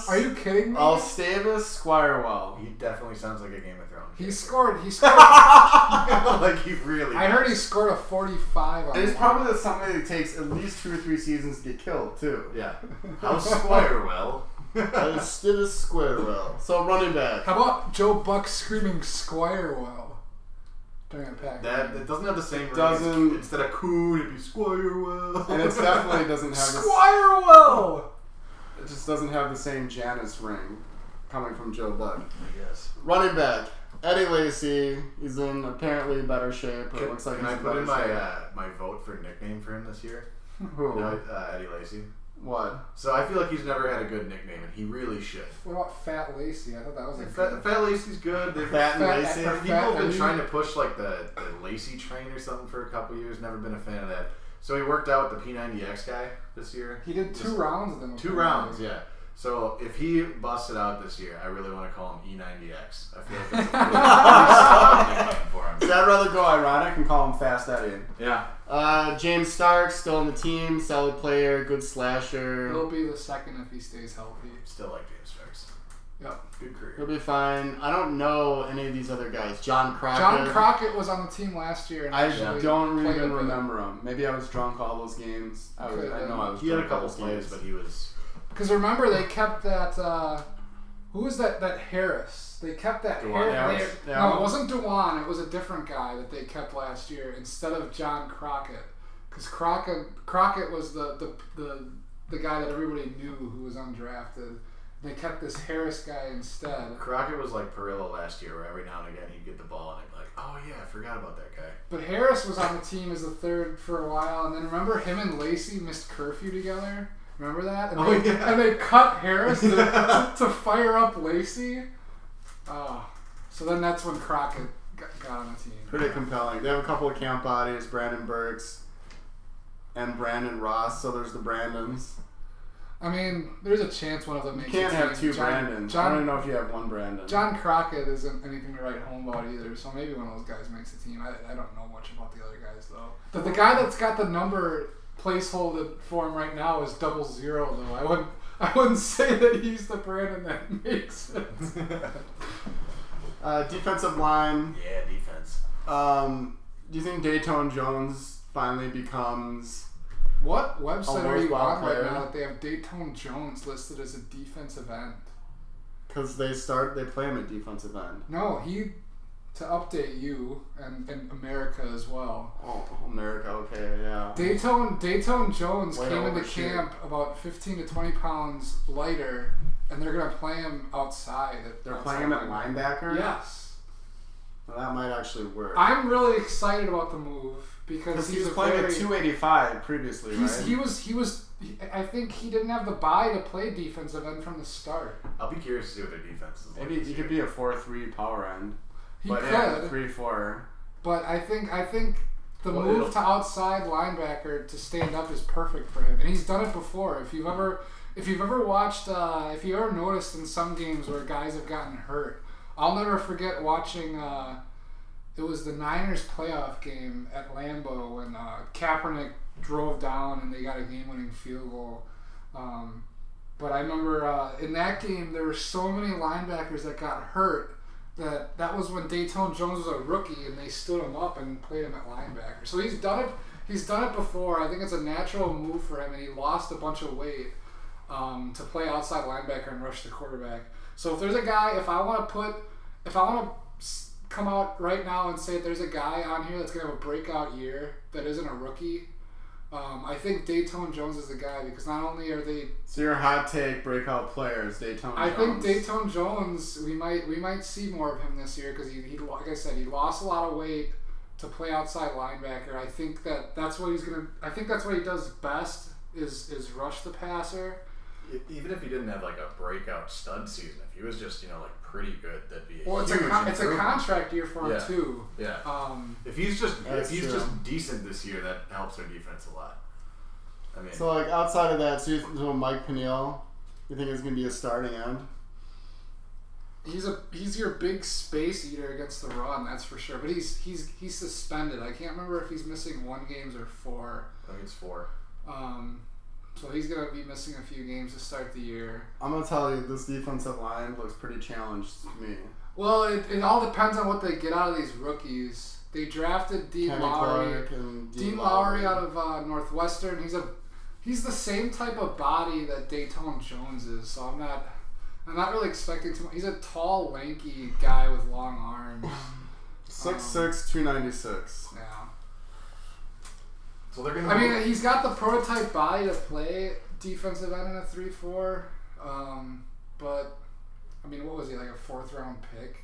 Alstavis?
Are you kidding me?
Alstavis Squirewell.
he definitely sounds like a Game of Thrones.
he
character.
scored. He scored.
like he really.
I heard he scored a 45. on
And it's
one.
probably somebody that takes at least two or three seasons to get killed too.
Yeah. House Squire well.
Alstavis Squirewell. So running back.
How about Joe Buck screaming Squirewell during a pack?
That it doesn't have the same. ring as-
Doesn't-
instead of Kuhn, it'd be Squire well.
And it definitely doesn't have the
Squirewell.
It just doesn't have the same Janus ring coming from Joe Bud.
Yes.
Running back, Eddie Lacy. He's in apparently better shape. It
Can,
looks like
can
he's
I
in
put in my
better shape.
uh, my vote for nickname for him this year?
Who?
No, uh, Eddie Lacy.
What?
So I feel like he's never had a good nickname, and he really should.
What about Fat Lacey? I thought that was a
Fat,
good.
Fat Lacey's good. They've
Fat and
Fat-
Lacy.
Fat-
People have been
Lacey.
trying to push like the, the Lacey train or something for a couple years. Never been a fan of that. So he worked out with the P90X guy this year.
He did two
Just-
rounds of them.
Two rounds, yeah. So if he busted out this year, I really want to call him E90X. I feel like that's a really solid nickname for him.
I'd rather go ironic and call him Fast Eddie.
Yeah,
Uh, James Stark still on the team. Solid player, good slasher.
He'll be the second if he stays healthy.
still like James Starks.
Yep.
Good career.
He'll be fine. I don't know any of these other guys. John Crockett.
John Crockett was on the team last year. And
I
actually
don't
played a
even
bit.
remember him. Maybe I was drunk all those games. I, was, I know I was.
He had a
drunk all
couple
those games.
plays, but he was
Because remember, they kept that. Uh, who was that? That Harris. They kept that.
Dewan
Harris.
Harris?
they-
Yeah.
No, it wasn't Dewan. It was a different guy that they kept last year instead of John Crockett. Because Crockett, Crockett was the, the the the guy that everybody knew who was undrafted. They kept this Harris guy instead.
Crockett was like Perillo last year, where every now and again he'd get the ball and I'd be like, oh yeah, I forgot about that guy.
But Harris was on the team as the third for a while, and then remember him and Lacey missed curfew together. Remember that? And
Oh,
they,
yeah.
And they cut Harris to, to fire up Lacey. Oh, so then that's when Crockett got, got on the team.
pretty compelling. They have a couple of camp bodies, Brandon Burks and Brandon Ross. So there's the Brandons.
I mean, there's a chance one of them
You
makes.
can't
the
have
team.
two
John,
Brandons. I don't
John,
even know if you have one Brandon.
John Crockett isn't anything to write home about either, so maybe one of those guys makes the team. I, I don't know much about the other guys though. But the guy that's got the number placeholder for him right now is double zero though. I wouldn't I wouldn't say that he's the Brandon that makes it.
Uh, defensive line.
Yeah, defense.
Um, do you think Dayton Jones finally becomes?
What website are
worse
you
wild
on right
player.
now that they have Dayton Jones listed as a defensive end?
Because they start, they play him at defensive end.
No, he to update you and, and America as well.
Oh, America. Okay, yeah.
Dayton Dayton Jones
Way
came into
overshoot.
camp about 15 to 20 pounds lighter, and they're gonna play him outside. at-
They're
outside
playing him at
linebacker.
linebacker.
Yes,
Well, that might actually work.
I'm really excited about the move because
Because
he's
he was
a
playing
very,
at 285 previously,
He's,
right?
He was he was. he- I think he didn't have the buy to play defensive end from the start.
I'll be curious to see what their defense is. like
Maybe
this
he
year.
could be a 4-3 power end.
He
but
could,
yeah, 3-4.
but I think I think the
Well,
move
it'll-
to outside linebacker to stand up is perfect for him, and he's done it before. If you've ever if you've ever watched, uh, if you ever noticed in some games where guys have gotten hurt, I'll never forget watching. Uh, it was the Niners playoff game at Lambeau when uh, Kaepernick drove down and they got a game-winning field goal. Um, but I remember uh, in that game there were so many linebackers that got hurt that that was when Dayton Jones was a rookie and they stood him up and played him at linebacker. So he's done it. He's done it before. I think it's a natural move for him, and he lost a bunch of weight um, to play outside linebacker and rush the quarterback. So if there's a guy, if I want to put, if I want to come out right now and say there's a guy on here that's gonna have a breakout year that isn't a rookie, um, I think Dayton Jones is the guy because not only are they,
So your hot take breakout players, Dayton.
I think
Jones.
Dayton Jones we might we might see more of him this year because he, he like I said he lost a lot of weight to play outside linebacker. I think that that's what he's gonna. I think that's what he does best is is rush the passer.
E- Even if he didn't have like a breakout stud season, if he was just you know like pretty good, that'd be a
Well, it's a
huge
con- it's a
improvement.
contract year for him
Yeah.
too.
Yeah.
Um,
If he's just
That's
if he's
true.
just decent this year, that helps our defense a lot. I mean,
So like outside of that, so you think so Mike Peniel, you think is gonna be a starting end?
he's a he's your big space eater against the run, that's for sure. But he's he's he's suspended. I can't remember if he's missing one games or four.
I think it's four.
Um, so he's gonna be missing a few games to start the year.
I'm gonna tell you, this defensive line looks pretty challenged to me.
Well, it, it all depends on what they get out of these rookies. They drafted D.
Kenny
Lowry.
Clark and
Dean Lowry out of uh, Northwestern. He's a he's the same type of body that Dayton Jones is. So I'm not I'm not really expecting too much. He's a tall, lanky guy with long arms. um,
six six two ninety six.
Yeah.
So they're gonna.
I
move-
mean, he's got the prototype body to play defensive end in a three four. Um, but I mean, what was he like a fourth round pick?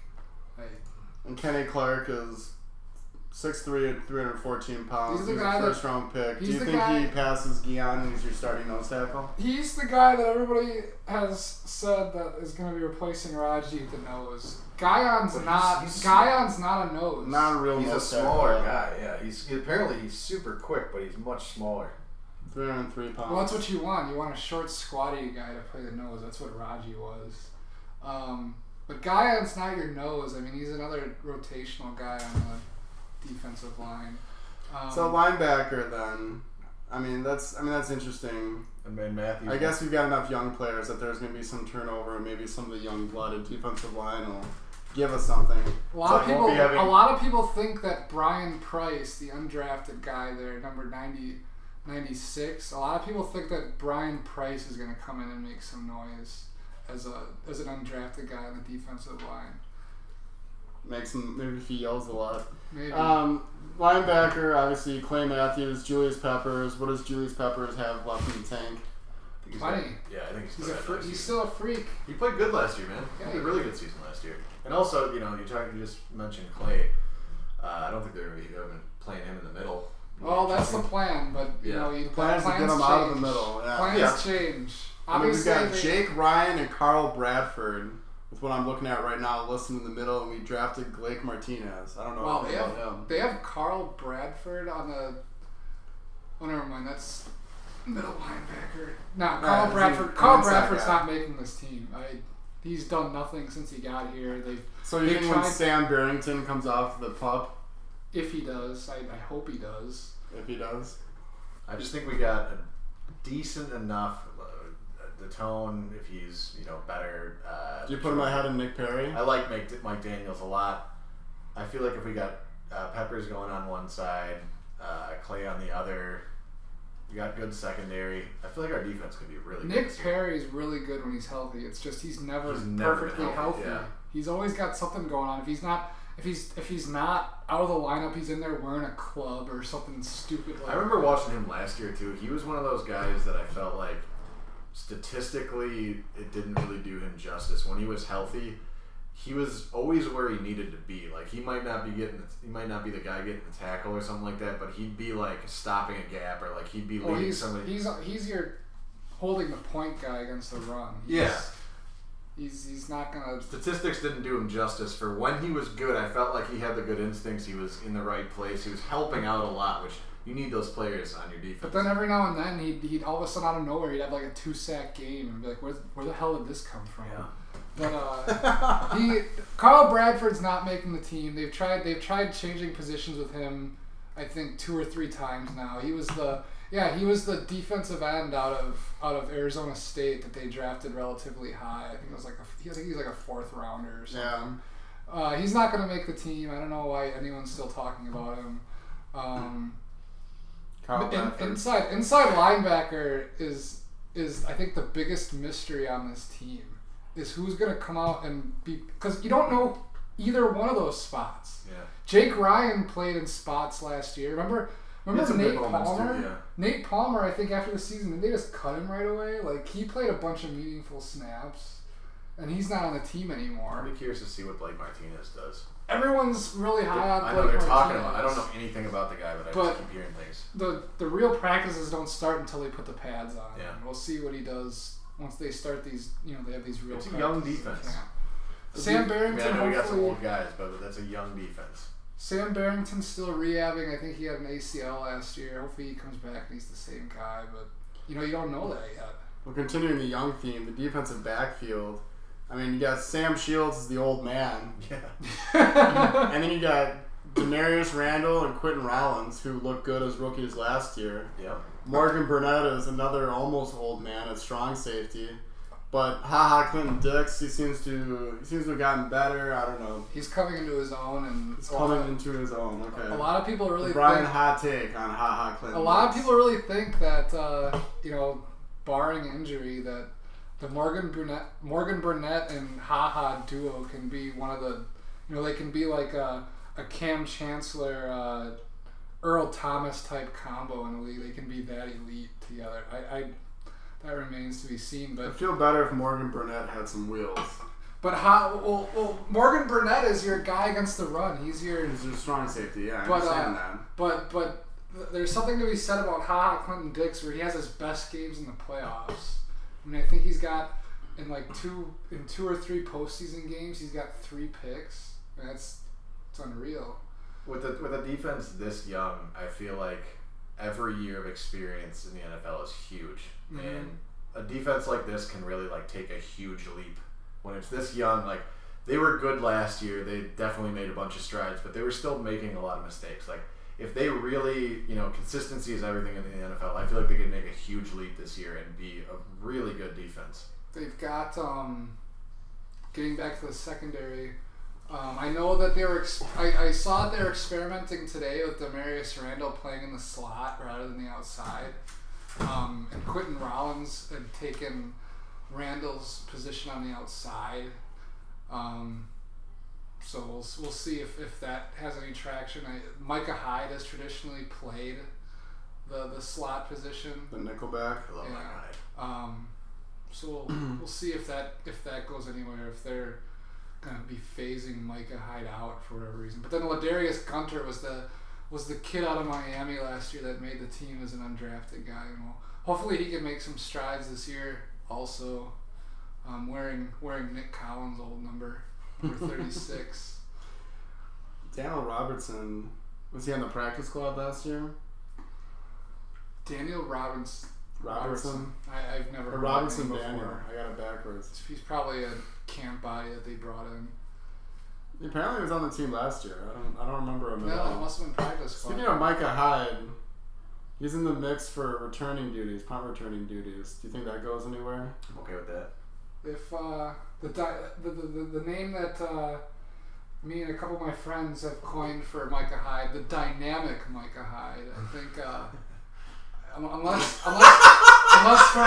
Like,
And Kenny Clark is 6'3 and 314 pounds.
He's
He's,
the
a
guy that-
first round pick. Do
he's
you
the
think
guy-
he passes Guion as your starting nose tackle?
He's the guy that everybody has said that is going to be replacing Raji at the nose. Guyon's
But he's-
not.
he's-
Guyon's not a nose.
Not a real
he's a
nose
smaller
tackle.
guy. Yeah, he's he- apparently he's super quick, but he's much smaller.
303 pounds.
Well, that's what you want. You want a short, squatty guy to play the nose. That's what Raji was. Um, but Guyon's not your nose. I mean, he's another rotational guy on the defensive line. Um,
so linebacker then. I mean that's I mean that's interesting.
And then Matthews.
I guess we've got enough young players that there's going to be some turnover and maybe some of the young blooded defensive line will give us something.
A lot of
So it
people,
won't be having-
a lot of people think that Brian Price, the undrafted guy there, number 90, 96, a lot of people think that Brian Price is going to come in and make some noise as a as an undrafted guy on the defensive line.
Makes him maybe if he yells a lot.
Maybe.
Um, linebacker obviously Clay Matthews, Julius Peppers. What does Julius Peppers have left in the tank?
I think he's
Funny.
got- Yeah, I think he's,
he's a
got that
fre-
last
he's
season.
still a freak.
He played good last year, man. He
Yeah,
had a
he
really good season last year. And also, you know, you talk, you just mentioned Clay. Uh, I don't think they're going to be they've been playing him in the middle.
Well, Oh, that's the plan, but you
Yeah.
know, you
Plans to get him
plans
out of the
change.
middle, yeah.
Plans
Yeah.
change.
I mean, we've
Obviously,
got
they-
Jake Ryan and Carl Bradford. With what I'm looking at right now, listed in the middle, and we drafted Blake Martinez. I don't know
Wow, they
anything
have
about him.
they have Carl Bradford on the. Oh, never mind. That's middle linebacker. No, Carl
he's
Bradford.
an
Carl
inside
Bradford's
guy.
not making this team. I. He's done nothing since he got here. They,
So you
they
think when
tried-
Sam Barrington comes off the pup,
if he does, I, I hope he does.
if he does,
I just think we got a decent enough uh, the tone. If he's you know better, uh,
do you put him ahead of Nick Perry?
Uh,
I like Mike, Mike Daniels a lot. I feel like if we got uh, Peppers going on one side, uh, Clay on the other, we got good secondary. I feel like our defense could be really good.
Nick
this year.
Perry's really good when he's healthy. It's just he's never
He's never been
perfectly
healthy,
healthy.
yeah.
He's always got something going on. If he's not, if he's if he's not out of the lineup, he's in there wearing a club or something stupid. Like
I remember watching him last year too. He was one of those guys that I felt like statistically it didn't really do him justice. When he was healthy, he was always where he needed to be. Like he might not be getting, he might not be the guy getting the tackle or something like that, but he'd be like stopping a gap or like he'd be
Well,
leading
Oh, he's,
somebody.
he's he's your holding the point guy against the run. He's,
yeah,
He's he's not gonna.
statistics didn't do him justice for when he was good. I felt like he had the good instincts. He was in the right place. He was helping out a lot, which you need those players on your defense.
But then every now and then he'd, he'd all of a sudden out of nowhere he'd have like a two sack game and be like, where where the hell did this come from?
Yeah.
But uh, he Carl Bradford's not making the team. They've tried they've tried changing positions with him. I think two or three times now. He was the yeah he was the defensive end out of out of Arizona State that they drafted relatively high. I think it was like a, I think he was like a fourth rounder or something.
Yeah.
Uh, he's not going to make the team. I don't know why anyone's still talking about him. Um,
Carl
but in-
Bradford.
inside inside linebacker is is I think the biggest mystery on this team is who's going to come out and be because you don't know either one of those spots.
Yeah.
Jake Ryan played in spots last year. Remember,
He had
remember
some
Nate
good moments,
Palmer?
Too, yeah.
Nate Palmer, I think after the season, they just cut him right away. Like he played a bunch of meaningful snaps, and he's not on the team
I'll
anymore.
be curious to see what Blake Martinez does.
Everyone's really high on.
I know
Blake
they're talking
Martinez.
about. I don't know anything about the guy, but I
Ah, But-
just keep hearing things.
The the real practices don't start until they put the pads on.
Yeah.
We'll see what he does once they start these. You know, they have these real.
It's a young
practices in
defense.
camp. Sam
I mean, I
Barrington,
know we got some
hopefully,
old guys, but that's a young defense.
Sam Barrington's still rehabbing. I think he had an ACL last year. Hopefully, he comes back and he's the same guy. But you know, you don't know that yet.
Well, continuing the young theme, the defensive backfield. I mean, you got Sam Shields as the old man,
Yeah.
and then you got Denarius Randall and Quinton Rollins, who looked good as rookies last year.
Yeah.
Morgan Burnett is another almost old man at strong safety, but haha, Clinton Dix. He seems to he seems to have gotten better. I don't know.
He's coming into his own, and
He's
a lot-
coming into his own. Okay.
A lot of people really
The Brian
think,
hot take on haha Clinton.
a lot of
Dix.
people really think that uh, you know, barring injury, that the Morgan Burnett, Morgan Burnett and HaHa duo can be one of the, you know, they can be like a, a Cam Chancellor, uh, Earl Thomas type combo in the league. They can be that elite together. I, I that remains to be seen,
I
but
feel better if Morgan Burnett had some wheels.
but Ha, well, well, Morgan Burnett is your guy against the run. He's your
He's a strong safety. Yeah, I
But, uh,
understand that.
But but th- there's something to be said about Ha Ha Clinton Dix where he has his best games in the playoffs. I mean, I think he's got in like two in two or three postseason games, he's got three picks. I mean, that's it's unreal.
With the with a defense this young, I feel like every year of experience in the NFL is huge,
Mhm.
and a defense like this can really like take a huge leap when it's this young. Like they were good last year; they definitely made a bunch of strides, but they were still making a lot of mistakes. Like if they really, you know, consistency is everything in the NFL. I feel like they could make a huge leap this year and be a really good defense.
They've got um, getting back to the secondary. Um, I know that they were. Ex- I, I saw they're experimenting today with Demarius Randall playing in the slot rather than the outside, um, and Quentin Rollins had taken Randall's position on the outside. Um, so we'll, s- we'll see if, if that has any traction. I, Micah Hyde has traditionally played the the slot position.
The Nickelback.
I love Oh my
Yeah.
guy.
Um, so we'll, we'll see if that if that goes anywhere. If they're gonna be phasing Micah Hyde out for whatever reason. But then Ladarius Gunter was the was the kid out of Miami last year that made the team as an undrafted guy. And well, hopefully he can make some strides this year. Also, um, wearing wearing Nick Collins' old number, number thirty six.
Daniel Robertson was he on the practice squad last year?
Daniel Robbins.
Robertson
I, I've never
or
heard that
Robinson
name before.
Daniel? I got it backwards.
He's probably a camp body that they brought in.
Apparently, he was on the team last year. I don't. I don't remember him at
No, it
all.
must have been practice squad.
Speaking of Micah Hyde, he's in the mix for returning duties, punt returning duties. Do you think that goes anywhere?
I'm okay with that.
if uh, the, di- the, the the the name that uh, me and a couple of my friends have coined for Micah Hyde, the dynamic Micah Hyde. I think uh, un- unless unless unless for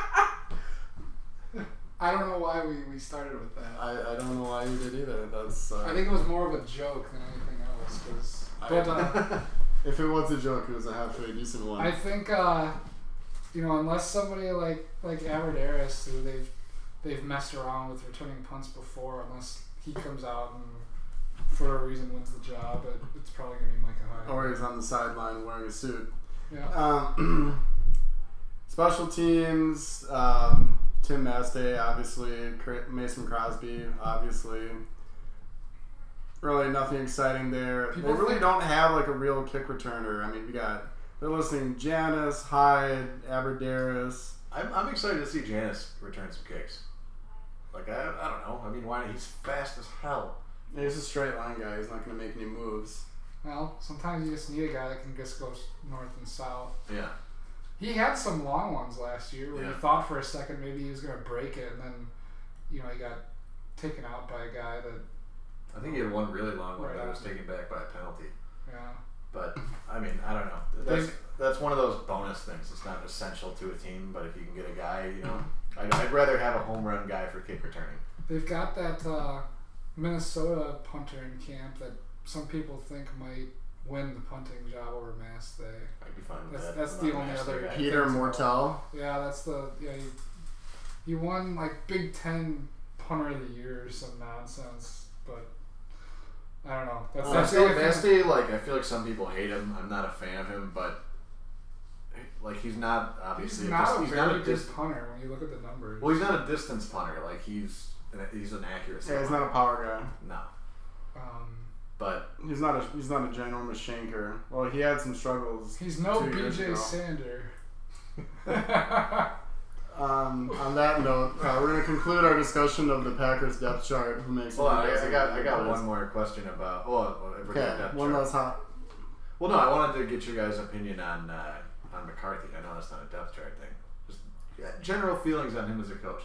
I don't know why we, we started with that.
I, I don't know why you did either. That's. Uh,
I think it was more of a joke than anything else. 'cause-
I-
but uh,
if it was a joke, it was a halfway decent one.
I think uh, you know unless somebody like like Aberderis who they've they've messed around with returning punts before, unless he comes out and for a reason wins the job, it, it's probably gonna be Micah Hyde.
or he's on the sideline wearing a suit.
yeah.
Um, special teams. Um, Tim Mastay, obviously. Cr- Mason Crosby, obviously. Really, nothing exciting there.
People
they really
think-
don't have like a real kick returner. I mean, we got they're listening Janice, Hyde, Aberderis.
I'm, I'm excited to see Janice return some kicks. Like I, I don't know. I mean, why he's fast as hell.
Yeah, He's a straight line guy. He's not going to make any moves.
Well, sometimes you just need a guy that can just go s- north and south.
Yeah.
He had some long ones last year where you
Yeah.
thought for a second maybe he was gonna break it, and then you know he got taken out by a guy that
I think he had one really long one
Right
that was
on.
taken back by a penalty.
yeah.
But I mean, I don't know. That's that's one of those bonus things. It's not essential to a team, but if you can get a guy, you know, I'd, I'd rather have a home run guy for kick returning.
They've got that. Uh, Minnesota punter in camp that some people think might win the punting job over Mass Day.
I'd be fine with
That's-
that. I'm
that's the
not
only
nasty
other-
guy.
Yeah.
Peter Mortel.
Yeah, that's the yeah. You, you won like Big Ten punter of the year or some nonsense, but I don't know. That's,
That's
that's
the
the only thing.
Nasty, like I feel like some people hate him. I'm not a fan of him, but like he's not obviously
He's
a dis-
not a
he's not
very
a
good
dis-
punter when you look at the numbers.
well, he's not a distance punter. Like he's an, he's an accuracy.
Yeah, he's not a power guy.
no,
Um,
but
He's not a he's not a general shanker. Well, he had some struggles.
he's no
Two years
BJ
ago.
Sander.
Um, on that note, uh, we're gonna conclude our discussion of the Packers depth chart. Who makes?
hold on, I,
it?
I got I got one more question about. Well, if we're doing
Okay,
depth
one
chart.
last hot.
Well, no, I wanted to get your guys' opinion on uh, on McCarthy. I know that's not a depth chart thing. Just yeah, general feelings on him as a coach.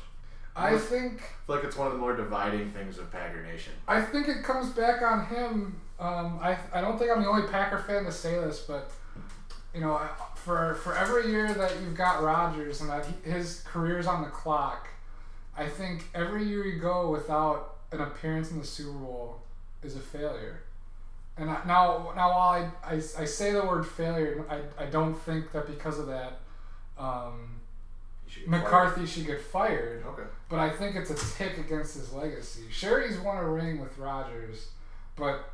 I think
I feel like it's one of the more dividing things of Packer Nation.
I think it comes back on him. Um, I, I don't think I'm the only Packer fan to say this, but you know, I- for for every year that you've got Rodgers and that he, his career's on the clock, I think every year you go without an appearance in the Super Bowl is a failure. And I, now, now while I, I, I say the word failure, I, I don't think that because of that, um,
He should get
McCarthy should get fired.
fired. Okay.
But I think it's a tick against his legacy. Sure, he's won a ring with Rodgers, but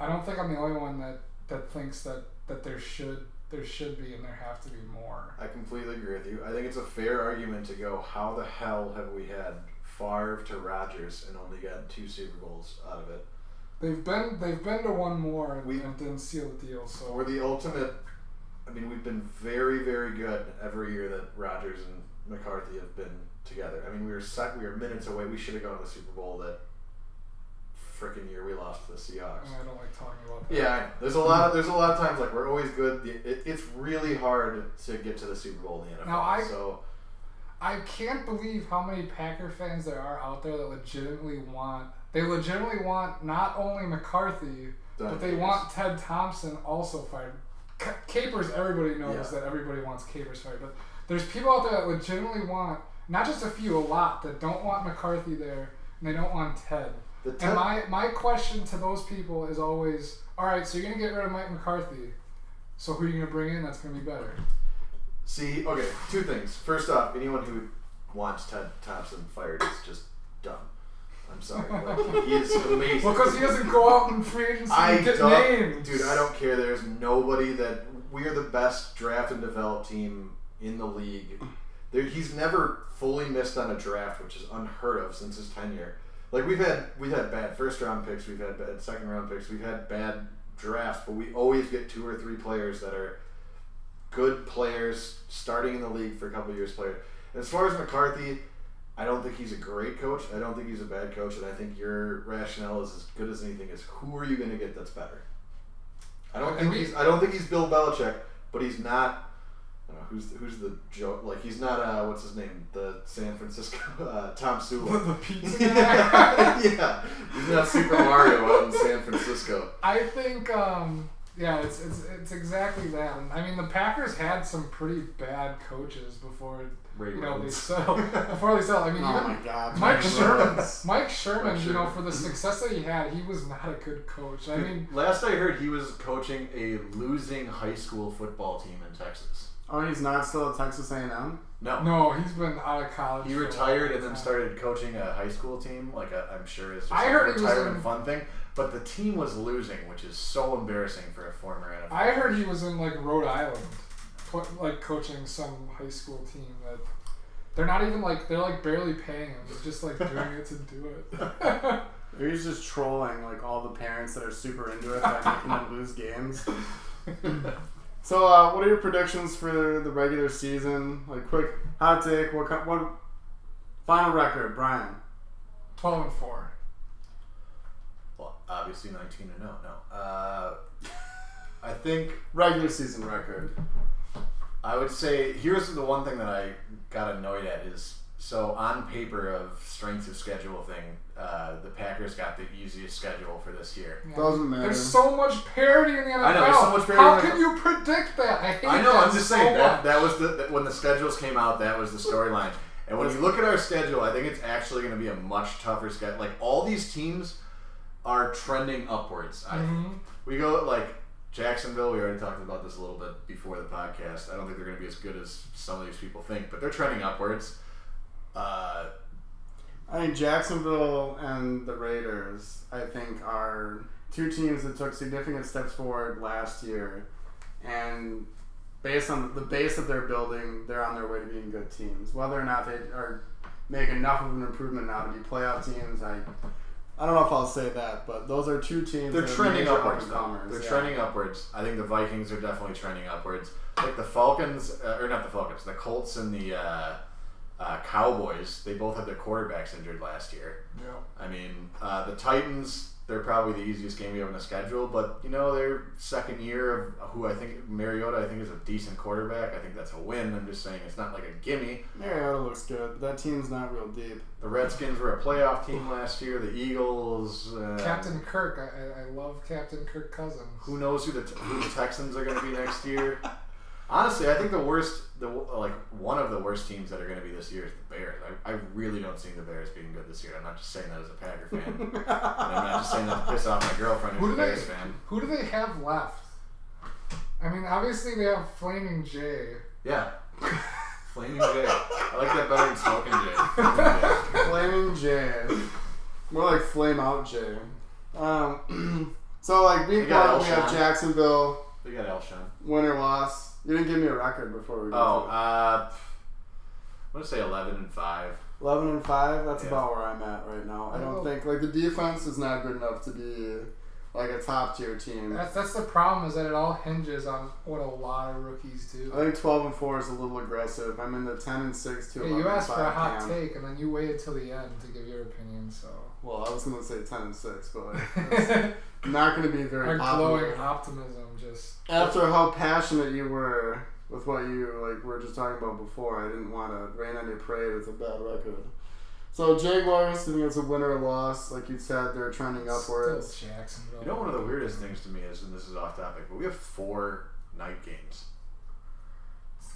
I don't think I'm the only one that, that thinks that, that there should there should be and there have to be more.
I completely agree with you. I think it's a fair argument to go. How the hell have we had Favre to Rodgers and only gotten two Super Bowls out of it?
They've been they've been to one more and,
We-
and didn't seal the deal. So
We're the ultimate. I mean, we've been very, very good every year that Rodgers and McCarthy have been together. I mean, we were sec- we were minutes away. We should have gone to the Super Bowl that freaking year we lost to the Seahawks.
I don't like talking about that.
Yeah, I know. there's a lot. There's a lot of times like we're always good. The- It, it's really hard to get to the Super Bowl in the NFL.
Now, I-
so
I can't believe how many Packer fans there are out there that legitimately want they legitimately want not only McCarthy
Done
But they
deals.
want Ted Thompson also fired. C- Capers, everybody knows
Yeah.
that everybody wants Capers fired, but there's people out there that legitimately want, not just a few, a lot, that don't want McCarthy there and they don't want Ted.
the
And
Ted-
my, my question to those people is always all right, so you're going to get rid of Mike McCarthy, so who are you going to bring in that's going to be better?
See, okay, two things. First off, anyone who wants Ted Thompson fired is just dumb. I'm sorry. Like, he is amazing.
Well, because he doesn't go out in free agency
I
and get
don't,
names.
dude. I don't care. There's nobody that we are the best draft and develop team in the league. There, he's never fully missed on a draft, which is unheard of since his tenure. Like we've had, we've had bad first round picks, we've had bad second round picks, we've had bad drafts, but we always get two or three players that are good players starting in the league for a couple years. Player. As far as McCarthy, I don't think he's a great coach. I don't think he's a bad coach, and I think your rationale is as good as anything. Is who are you going to get that's better? I don't think
And we-
he's. I don't think he's Bill Belichick, but he's not. I don't know who's who's the joke. Like he's not. Uh, what's his name? The San Francisco uh, Tom Sula.
The pizza guy.
yeah, yeah, he's not Super Mario out in San Francisco.
I think, um, yeah, it's, it's it's exactly that. And, I mean, the Packers had some pretty bad coaches before
Ray
you know they
Rhodes.
sell. Before they sell, I mean,
Oh
even
my God,
Mike Sherman,
Rhodes.
Mike Sherman,
Mike
you know,
Sherman.
for the success that he had, he was not a good coach. I mean,
Last I heard, he was coaching a losing high school football team in Texas.
Oh, he's not still at Texas A&M.
No,
no, he's been out of college.
He
for a
retired
long
and then
time.
started coaching a high school team. Like i I'm sure it's just
I
like
heard
a
he was
retirement
in-
fun thing. But the team was losing, which is so embarrassing for a former NFL.
I heard he was in like Rhode Island, co- like coaching some high school team that they're not even like they're like barely paying him. He's just like doing it to do it.
Maybe he's just trolling like all the parents that are super into it by making them lose games. So, uh, what are your predictions for the regular season? Like, quick hot take. What kind? What final record, Brian?
Twelve and four.
well, obviously 19 and no, no. Uh, I think
Regular season record.
I would say here's the one thing that I got annoyed at is so on paper of strength of schedule thing, uh, the Packers got the easiest schedule for this year.
Yeah.
Doesn't matter.
There's so much parity in the NFL.
I know, there's so much parity
How
in the
can you predict that? I hate
I know.
that
I'm just
so
saying
much.
that, that was the that, when the schedules came out. That was the storyline, And when you look at our schedule, I think it's actually going to be a much tougher schedule. Like all these teams are trending upwards. I think.
Mhm.
We go like Jacksonville. We already talked about this a little bit before the podcast. I don't think they're going to be as good as some of these people think, but they're trending upwards. Uh,
I mean, Jacksonville and the Raiders, I think, are two teams that took significant steps forward last year, and based on the base that they're building, they're on their way to being good teams. Whether or not they are make enough of an improvement now to be playoff teams, I. I don't know if I'll say that, but those are two teams.
they're
that are
trending
major
upwards. Though.
up-and-comers,
They're
yeah.
trending upwards. I think the Vikings are definitely trending upwards. Like the Falcons, uh, or not the Falcons, the Colts and the uh, uh, Cowboys. They both had their quarterbacks injured last year.
Yeah.
I mean, uh, the Titans, they're probably the easiest game we have on the schedule, but, you know, their second year of who I think, Mariota, I think is a decent quarterback. I think that's a win. I'm just saying it's not like a gimme.
Mariota looks good. but That team's not real deep.
The Redskins were a playoff team last year. The Eagles. Uh,
Captain Kirk. I, I, I love Captain Kirk Cousins.
Who knows who the, who the Texans are going to be next year? Honestly, I think the worst, the like one of the worst teams that are going to be this year is the Bears. I, I really don't see the Bears being good this year. I'm not just saying that as a Packer fan. and I'm not just saying that to piss off my girlfriend
Who
who's a
do they-
Bears fan.
Who do they have left? I mean, obviously they have Flaming Jay.
Yeah. Flaming Jay. I like that better than Smoking Jay.
Flaming
Flaming
Jay. More like Flame Out Jay. Um, so, like,
We
we've
got
got, we have
Elshon.
Jacksonville.
Jay. They got Elshon.
Win or loss. You didn't give me a record before we.
Oh,
went
uh, I'm gonna say 11 and 5.
through. eleven and five. That's
Yeah.
about where I'm at right now. I don't
Oh.
think like the defense is not good enough to be like a top tier team.
That's that's the problem is that it all hinges on what a lot of rookies
I
do.
think twelve and four is a little aggressive. I'm in the ten and six to
Hey,
11
you
and
asked for a
five
hot
camp.
take and then you waited till the end to give your opinion. So
Well, I was gonna say ten and six, but like, that's
our
not gonna be very
glowing
popular.
optimism just
After how passionate you were with what you like were just talking about before, I didn't want to rain on your parade with a bad record. So Jaguars, I think it's a win or a loss. Like you said, they're trending upwards.
Still Jacksonville.
You know, one of the weirdest things to me is, and this is off topic, but we have four night games.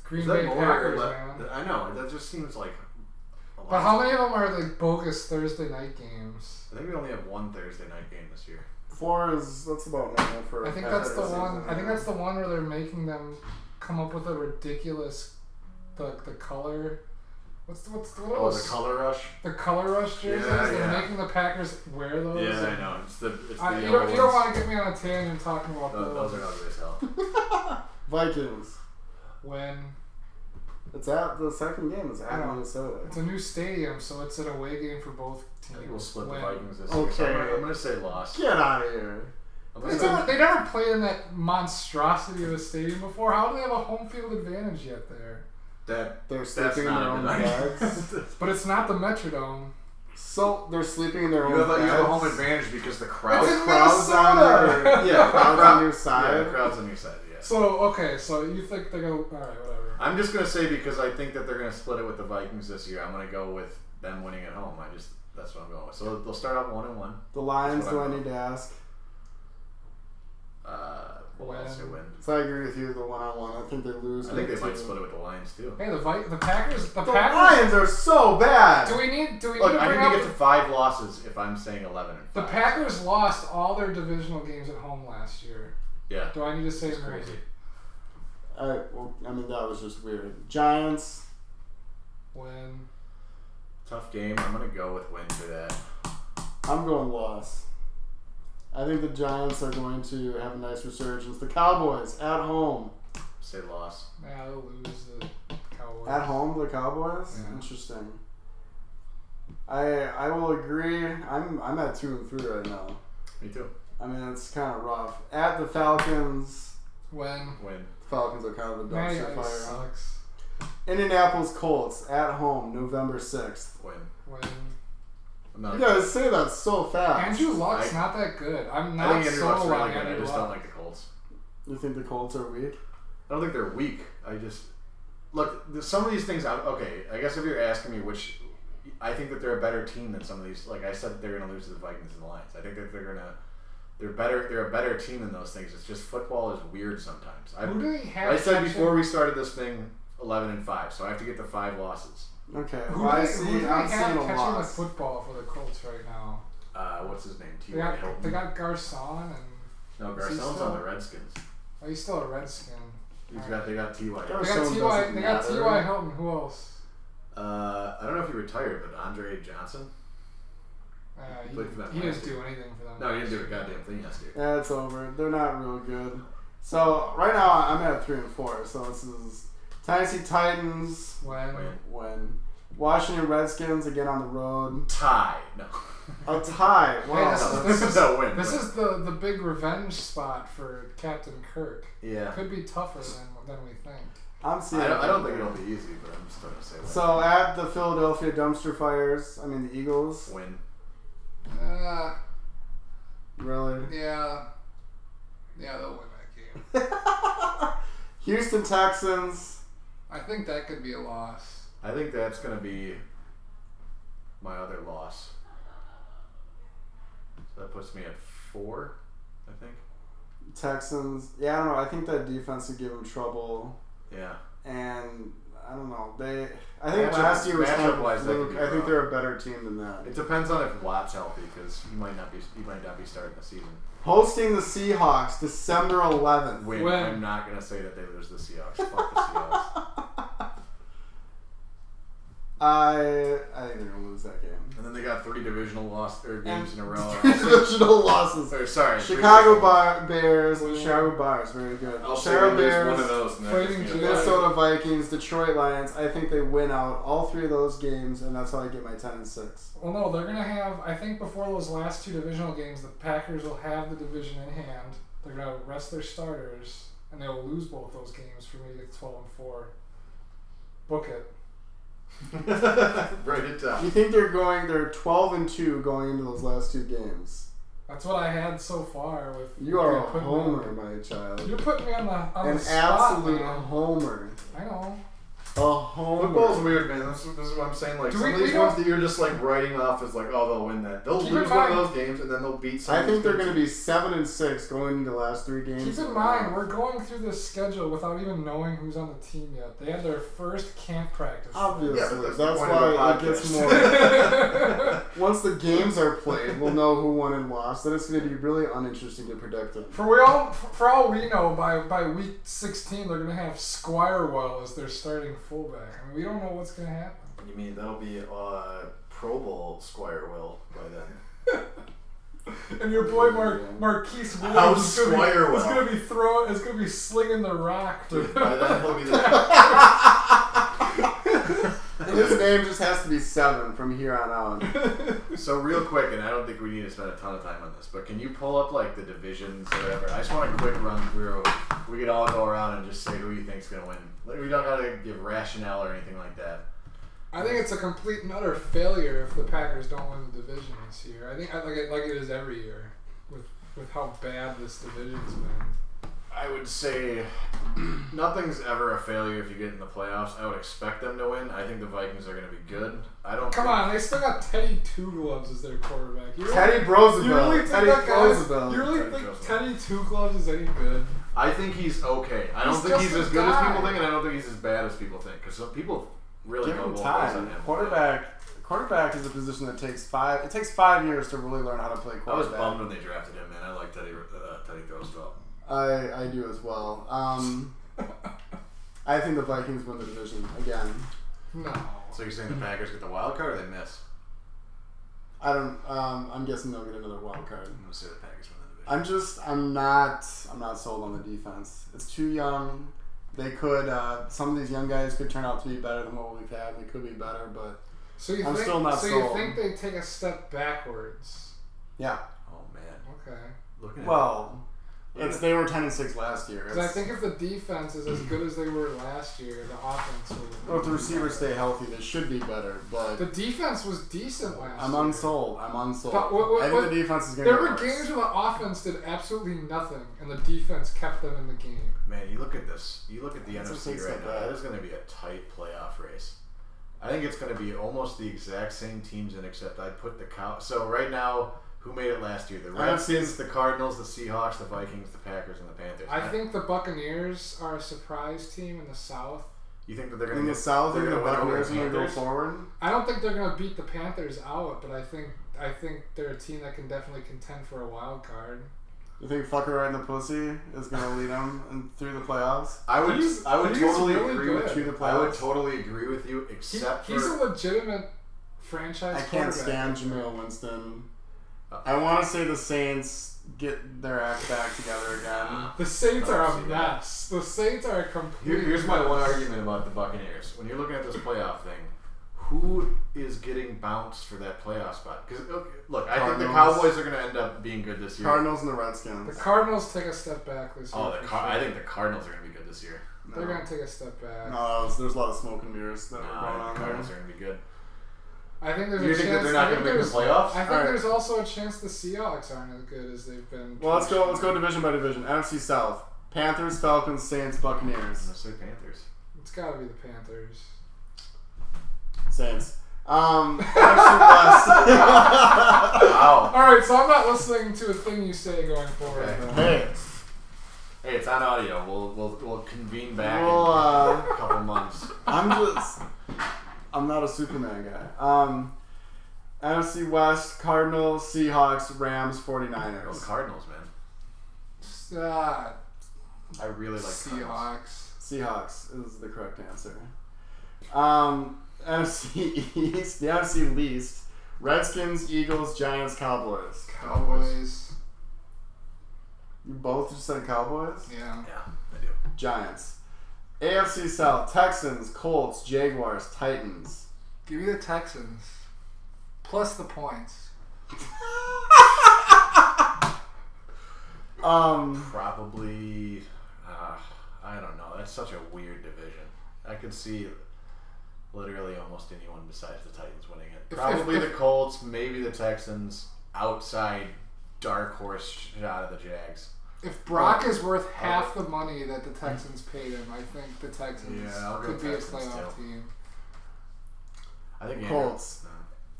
Green
Is that
Bay
more or
Packers,
le-
man.
th- I know, that just seems like a lot.
But how many of them are like bogus Thursday night games?
I think we only have one Thursday night game this year.
Four is that's about normal for.
I think
a
that's the
Packers
one.
season.
I think that's the one where they're making them come up with a ridiculous, like the, color. What's the, what's the, what
Oh,
was-
the color rush?
the color rush jerseys?
Yeah,
they're
yeah.
making the Packers wear those.
Yeah, I
and-
know. It's the, it's the
I- you,
yellow
don't, you don't
ones.
want to get me on a tangent talking about
Tho-
those.
Those are ugly as hell.
Vikings.
When
It's at the second game. It's
I
at
don't-
Minnesota.
it's a new stadium, so it's an away game for
I
both teams.
think we'll split
when,
the Vikings this
Okay.
year. I'm gonna- I'm going to say loss.
Get out of here.
I'm
They
gonna say-
never, they never played in that monstrosity of a stadium before. How do they have a home field advantage yet there?
That
They're
that's
sleeping in their
not a
own
good idea.
beds.
But it's not the Metrodome.
so they're sleeping in their
You
own
have, a,
beds.
you have a home advantage because the crowd.
It's in
Crowds on
Minnesota.
your, yeah, crowds on your
Yeah,
side.
the crowd's on your side. Yes.
So okay, so you think they go all right, whatever.
I'm just gonna say because I think that they're gonna split it with the Vikings this year. I'm gonna go with them winning at home. I just that's what I'm going with. So they'll start out one and one.
The Lions.
That's what
Do I need
I'm-
to ask?
Uh, we'll
Win.
also win.
So I agree with you. The one on one. I think they lose.
I think they
big
might
two.
split it with the Lions too.
Hey, the Vi- the Packers, the,
The
Packers.
Lions are so bad.
Do we need do we need
Look,
to
I
bring
need to
up
get to five losses if I'm saying eleven and
the
five.
Packers lost all their divisional games at home last year?
Yeah,
Do I need to say
it's
more?
crazy.
I, well, I mean, that was just weird. Giants.
When
Tough game. I'm gonna go with win for that.
I'm going loss. I think the Giants are going to have a nice resurgence. The Cowboys at home.
Say loss.
nah, they'll lose the Cowboys.
At home, the Cowboys.
Yeah.
Interesting. I I will agree. I'm I'm at two and three right now.
Me too.
I mean, it's kind of rough. At the Falcons.
When
Win.
The Falcons are kind of a
Matty
dumpster
Ice
fire. huh?
sucks.
Indianapolis Colts at home, November sixth.
Win.
When
I'm
You
not.
guys say that so fast.
Uh, Andrew Luck's
I-
not that good. I'm
I
not
think Andrew
sold
Luck's
on
really good. I
Andrew
just
Luck.
don't like the Colts.
You think the Colts are weak?
I don't think they're weak. I just look th- some of these things. I, okay, I guess if you're asking me which, I think that they're a better team than some of these. Like I said, they're going to lose to the Vikings and the Lions. I think that they're going to they're better. They're a better team than those things. It's just football is weird sometimes. I,
Who do they have?
I said
catching-
before we started this thing, eleven and five. So I have to get the five losses.
Okay.
Who
Well,
do
I
they, who do
see.
they
I'm
have
seeing a
catching the
lot.
football for the Colts right now?
Uh, what's his name? T.
They
Roy
got, they
Hilton.
got Garcon, and
no,
is he
Garcelle's
still-
on the Redskins.
oh, he's still a Redskin.
He's got they got T. Y.
Gar-
They
Garcon
got T.Y.
doesn't
They got
matter.
T.Y. Hilton. Who else?
Uh, I don't know if he retired, but Andre Johnson.
Uh,
Played for them
he, he
last
didn't do anything for them.
No, he didn't
last
do a
year.
goddamn thing yesterday.
Yeah, it's over. They're not real good. So right now I'm at three and four. So this is Tennessee Titans
When?
Win.
win. Washington Redskins again on the road.
Tie. No.
A tie.
Yeah,
Wow.
Oh, this
that's-
no,
is-
this is a win.
This
but-
is the, the big revenge spot for Captain Kirk.
Yeah.
Could be tougher than, than we think.
I'm
I
seeing.
don't, I
it.
don't think it'll be easy, but I'm just gonna say win.
So at the Philadelphia dumpster fires, I mean the Eagles.
win.
Uh,
Really?
yeah. Yeah, they'll win that game.
Houston Texans.
I think that could be a loss.
I think that's gonna be my other loss. So that puts me at four, I think.
Texans. Yeah, I don't know. I think that defense would give them trouble,
Yeah.
and I don't know. They. I think
Matchup-
last year was kind of a
matchup-wise, that could
fluke.
be
I think
rough.
they're a better team than that.
It depends on if Watt's healthy, because he might not be he might not be starting the season.
Hosting the Seahawks December 11th.
Win.
Win.
I'm not gonna say that they lose the Seahawks. Fuck the Seahawks.
I I think they're gonna lose that game.
And then they got three divisional loss or games in a row.
Three divisional losses.
or, sorry, three
Chicago
divisional-
Bar- Bears.
Win.
Chicago Bears. Very good.
I'll say
Chicago
we lose
Bears.
one of those. and that
Fighting
gets me to
Judas.
buy it.
Minnesota Vikings, Detroit Lions. I think they win out all three of those games, and that's how I get my ten and six.
Well, no, they're going to have, I think before those last two divisional games, the Packers will have the division in hand. They're going to rest their starters, and they'll lose both those games for me to get 12 and 4. Book it.
Write it
You
down.
think they're going? They're twelve and two going into those last two games.
That's what I had so far with
You are a
you're putting me on-
homer, my child.
You're putting me on the on
An
the spot,
absolute
man.
homer.
I know.
A homer.
Football's weird, man. This, is- this is what I'm saying. Like
Do
some
we-
of these
we
ones
don't-
that you're just like writing off as like, oh, they'll win that. They'll
Keep in
lose one
mind-
of those games and then they'll beat. Some
I think they're
going
going to be seven and six going into the last three games.
Keep in mind, we're going through this schedule without even knowing who's on the team yet. They had their first camp practice.
obviously
Yeah, but
that's,
that's the point of the
why it gets more.
For
Once the games are played, we'll know who won and lost. Then it's going to be really uninteresting to predict it.
we all, for all we know, by by week 16, they're gonna have Squirewell as their starting fullback. I mean, we don't know what's gonna happen.
You mean that'll be uh, Pro Bowl Squire Will by then?
And your boy Mar- Marquise Williams
How's
is gonna, be, is
Squirewell?
gonna be throw, is gonna be slinging the rock. To,
By then he'll be the.
His name just has to be seven from here on out.
So real quick, and I don't think we need to spend a ton of time on this, but can you pull up like the divisions or whatever? I just want a quick run through. We could all go around and just say who you think's gonna win. Like, we don't gotta give rationale or anything like that.
I think it's a complete and utter failure if the Packers don't win the division this year. I think like it, like it is every year with with how bad this division's been.
I would say nothing's ever a failure if you get in the playoffs. I would expect them to win. I think the Vikings are gonna be good. I don't.
Come
think-
on, they still got Teddy Two Gloves as their quarterback. You really,
Teddy
you really
Roosevelt.
think
Teddy
that guy's, You
Roosevelt.
really
Teddy
think
Roosevelt.
Teddy Two Gloves is any good?
I think he's okay. I
He's
don't think
just
he's
a
as good as people
guy.
think, and I don't think he's as bad as people think. Because some people really
Give
go
him
both ways
time.
on him.
Quarterback. Quarterback is a position that takes five. It takes five years to really learn how to play
I was
quarterback.
bummed when they drafted him, man. I like Teddy uh, Teddy Roosevelt.
I, I do as well. Um, I think the Vikings win the division again.
No.
So you're saying the Packers get the wild card, or they miss?
I don't. Um, I'm guessing they'll get another wild card.
I'm gonna say the Packers win the division.
I'm just. I'm not. I'm not sold on the defense. It's too young. They could. Uh, some of these young guys could turn out to be better than what we've had. They could be better, but
So you
I'm
think
still not
so
sold.
you think they take a step backwards?
yeah.
oh man,
Okay.
looking at
Well, it's
Yeah.
they were ten and six last year.
Because I
It's-
think if the defense is as good as they were last year, the offense will.
well, if the receivers stay healthy, they should be better.
The
But
defense was decent last
I'm
year.
unsold. I'm unsold.
But what- what-
I think
what-
the defense is going
There
to.
were games where the offense did absolutely nothing, and the defense kept them in the game.
man, you look at this. You look at the
That's what
NFC
makes
right
it
now.
bad.
That is gonna be a tight playoff race. I think it's gonna be almost the exact same teams in, except I'd put the cow. So right now, who made it last year? The
I don't see-
Redskins, the Cardinals, the Seahawks, the Vikings, the Packers, and the Panthers.
I think the Buccaneers are a surprise team in the South.
You think that they're
In
going
the
to
South,
they're
you're the
gonna win over
Buccaneers
the
are going to go
Panthers?
forward.
I don't think they're gonna beat the Panthers out, but I think I think they're a team that can definitely contend for a wild card.
You think fucker riding the pussy is going to lead them in, through the playoffs?
I would
He's-
I would
he's
totally
really
agree
good.
with
Through
you.
the
I would
playoffs?
totally agree with you,
He,
except
he's a
for
legitimate franchise.
I can't
quarterback.
stand Jameel Winston. I want to say the Saints get their act back together again.
The Saints are
I
a
don't see that.
mess. The Saints are
Oh,
a
Here-
complete.
here's my
mess.
one argument about the Buccaneers. When you're looking at this playoff thing, who is getting bounced for that playoff spot? Because look, I think the
Cardinals.
Cowboys are going to end up being good this year.
Cardinals and the
The
Redskins.
Cardinals take a step back this year.
Oh, the
for
Car-
sure.
I think the Cardinals are going to be good this year.
No,
they're gonna take a step back.
No, that was- there's a lot of smoke and mirrors that
No,
were going
I think
on
the Cardinals
there.
are going to be good.
I think there's
You
a
think that
chance.
they're not
I
going to
think
make the
there's- I
playoffs?
think
Alright.
there's also a chance the Seahawks aren't as good as they've been.
Well, let's go. Let's go division by division. NFC South: Panthers, Falcons, Saints,
I'm
Buccaneers.
going to say Panthers.
It's got to be the Panthers.
Saints. Um, NFC West.
Wow.
All right, so I'm not listening to a thing you say going forward.
Okay.
then.
hey,
Hey, it's on audio. We'll we'll, we'll convene back
We'll,
in
uh,
a couple months.
I'm just. I'm not a Superman guy. Um, NFC West: Cardinals, Seahawks, Rams,
Go
49ers.
Cardinals, man.
Ah,
I really like Cardinals.
Seahawks.
Seahawks is the correct answer. Um, NFC East, the NFC least: Redskins, Eagles, Giants, Cowboys.
Cowboys.
You both just said Cowboys.
Yeah.
Yeah, I do.
Giants. AFC South: Texans, Colts, Jaguars, Titans.
Give me the Texans. Plus the points.
Um,
Probably. Uh, I don't know. That's such a weird division. I could see literally almost anyone besides the Titans winning it.
If-
Probably
if-
the Colts, maybe the Texans. Outside dark horse shot of the Jags.
If Brock is
Oh.
worth half the money that the Texans paid him, I think the Texans
Yeah, I'll go
could be a
Texans,
playoff
too.
team.
I think Andrew-
Colts.
No.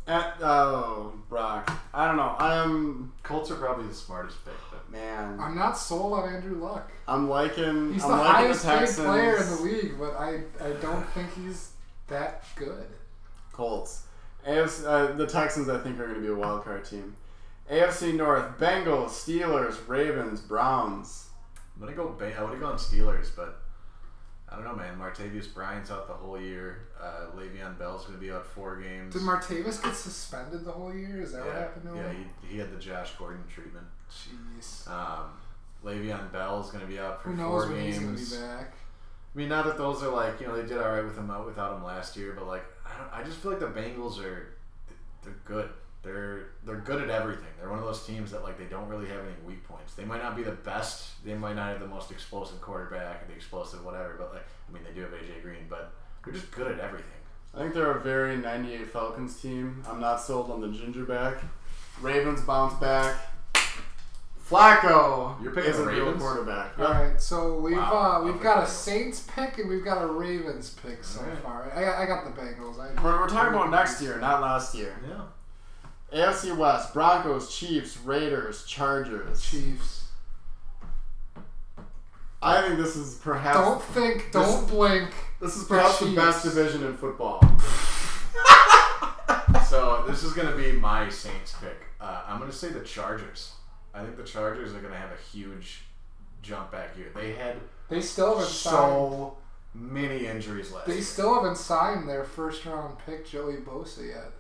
At, oh, Brock. I don't know. I'm
Colts are probably the smartest pick, but
man.
I'm not sold on Andrew Luck.
I'm liking.
He's
I'm
the
liking
highest
the
paid
Texans.
player in the league, but I, I don't think he's that good.
Colts. AFC, uh, the Texans, I think, are going to be a wild card team. AFC North: Bengals, Steelers, Ravens, Browns.
I'm gonna go. Ba- I would have gone Steelers, but I don't know, man. Martavius Bryant's out the whole year. Uh, Le'Veon Bell's gonna be out four games.
Did Martavis get suspended the whole year? Is that what
yeah,
happened to
yeah,
him?
he, he had the Josh Gordon treatment.
Jeez.
Um, Le'Veon Bell's gonna be out for
Who knows
four
when
games.
he's going to be back?
I mean, not that those are like you know they did all right with him out without him last year, but like I, don't, I just feel like the Bengals are they're good. They're they're good at everything. They're one of those teams that like they don't really have any weak points. They might not be the best. They might not have the most explosive quarterback or the explosive whatever. But like I mean, they do have AJ Green, but they're just good at everything.
I think they're a very '98 Falcons team. I'm not sold on the Gingerback. Ravens bounce back. Flacco
You're picking
is
the
a real
Ravens?
quarterback.
All right, so we've
Wow.
uh, we've got a Saints pick and we've got a Ravens pick so
All right.
far. I, I got the Bengals. I,
We're, we're talking about next year, not last year.
Yeah.
AFC West: Broncos, Chiefs, Raiders, Chargers.
Chiefs.
I think this is perhaps
Don't think. Don't blink.
this is perhaps the,
Chiefs.
best division in football.
So this is gonna be my Saints pick. Uh, I'm gonna say the Chargers. I think the Chargers are gonna have a huge jump back here. They had
They still haven't signed.
so many injuries last
They
year.
still haven't signed their first round pick, Joey Bosa, yet.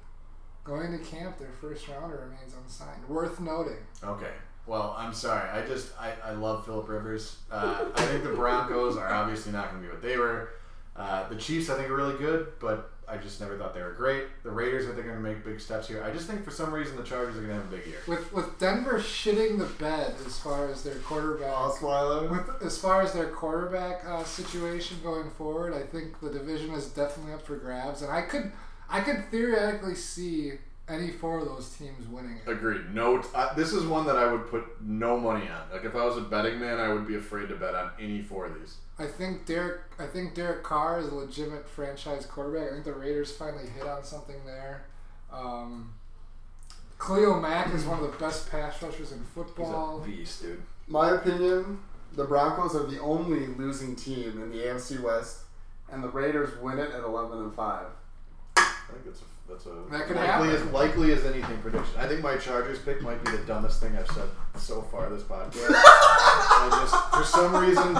Going to camp, their first rounder remains unsigned. Worth noting.
Okay. Well, I'm sorry. I just I, I love Philip Rivers. Uh, I think the Broncos are obviously not going to be what they were. Uh, the Chiefs I think are really good, but I just never thought they were great. The Raiders I think are going to make big steps here. I just think for some reason the Chargers are going to have a big year.
With with Denver shitting the bed as far as their quarterback
Osweiler.
with as far as their quarterback uh, situation going forward, I think the division is definitely up for grabs, and I could I could theoretically see any four of those teams winning it.
Agreed. No, t- uh, this is one that I would put no money on. Like if I was a betting man, I would be afraid to bet on any four of these.
I think Derek I think Derek Carr is a legitimate franchise quarterback. I think the Raiders finally hit on something there. Um, Cleo Mack is one of the best pass rushers in football.
beast, dude.
My opinion: the Broncos are the only losing team in the AFC West and the Raiders win it at eleven and five.
I think that's a that's a
That could
likely
happen.
as likely as anything prediction. I think my Chargers pick might be the dumbest thing I've said so far this podcast. I just for some reason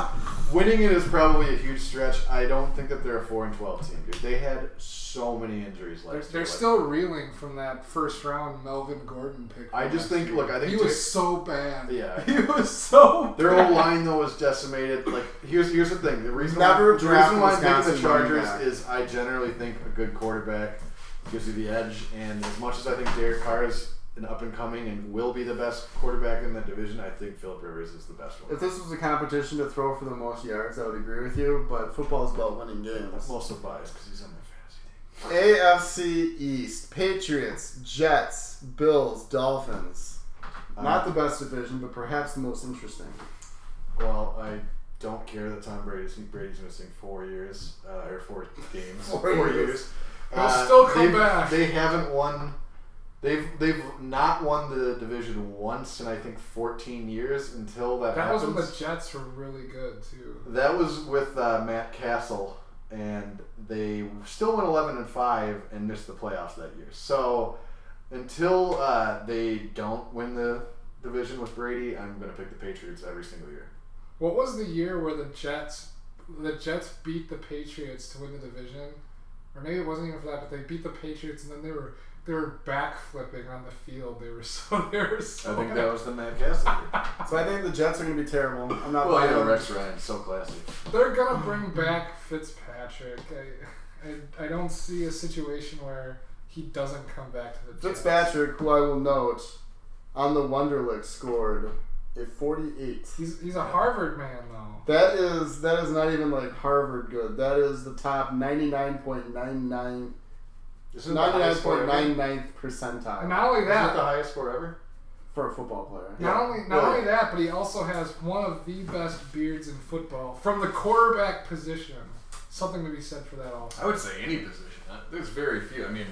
winning it is probably a huge stretch. I don't think that they're a four and twelve team, dude. They had so many injuries
They're,
last
they're
year. Like,
still reeling from that first round Melvin Gordon pick.
I just think look, I think
he
Tua-
was so bad.
Yeah.
he was so.
Their
bad.
whole line though is decimated. Like here's here's the thing. The reason
Never
why, the
draft
reason why
a
I'm picking the
Wisconsin running
Chargers
back.
is I generally think a good quarterback gives you the edge, and as much as I think Derek Carr is an up and coming and will be the best quarterback in that division, I think Philip Rivers is the best one.
If this was a competition to throw for the most yards, I would agree with you. But football is about winning games.
I'm also biased because he's on my fantasy team.
AFC East: Patriots, Jets, Bills, Dolphins. Not the best division, but perhaps the most interesting.
Well, I don't care that Tom Brady's Brady's missing four years uh, or four games,
Four
four,
years.
years. Uh,
He'll still come
they've-
back.
They haven't won. They've they've not won the division once in I think 14 years until that,
that was
happens.
when the Jets were really good too.
that was with uh, Matt Castle, and they still went 11 and five and missed the playoffs that year. So until uh, they don't win the division with Brady, I'm going to pick the Patriots every single year.
What was the year where the Jets the Jets beat the Patriots to win the division? Or maybe it wasn't even for that, but they beat the Patriots and then they were they were backflipping on the field. They were so they were so
I think that was the Matt Castle. year.
So I think the Jets are going to be terrible. I'm not.
Well, I
buying
know
them.
Rex Ryan's so classy.
They're gonna bring back Fitzpatrick. I, I I don't see a situation where he doesn't come back to the Jets.
Fitzpatrick, who I will note on the Wonderlick, scored a 48.
He's he's a Harvard man though.
That is that is not even like Harvard good. That is the top 99.99
This is the highest score ever.
99.99th percentile
And not only
Isn't that the
that
highest score ever?
for a football player.
not
Yeah,
only not
really.
only that, but he also has one of the best beards in football from the quarterback position. Something to be said for that also.
I would say any position. Uh, There's very few. I mean,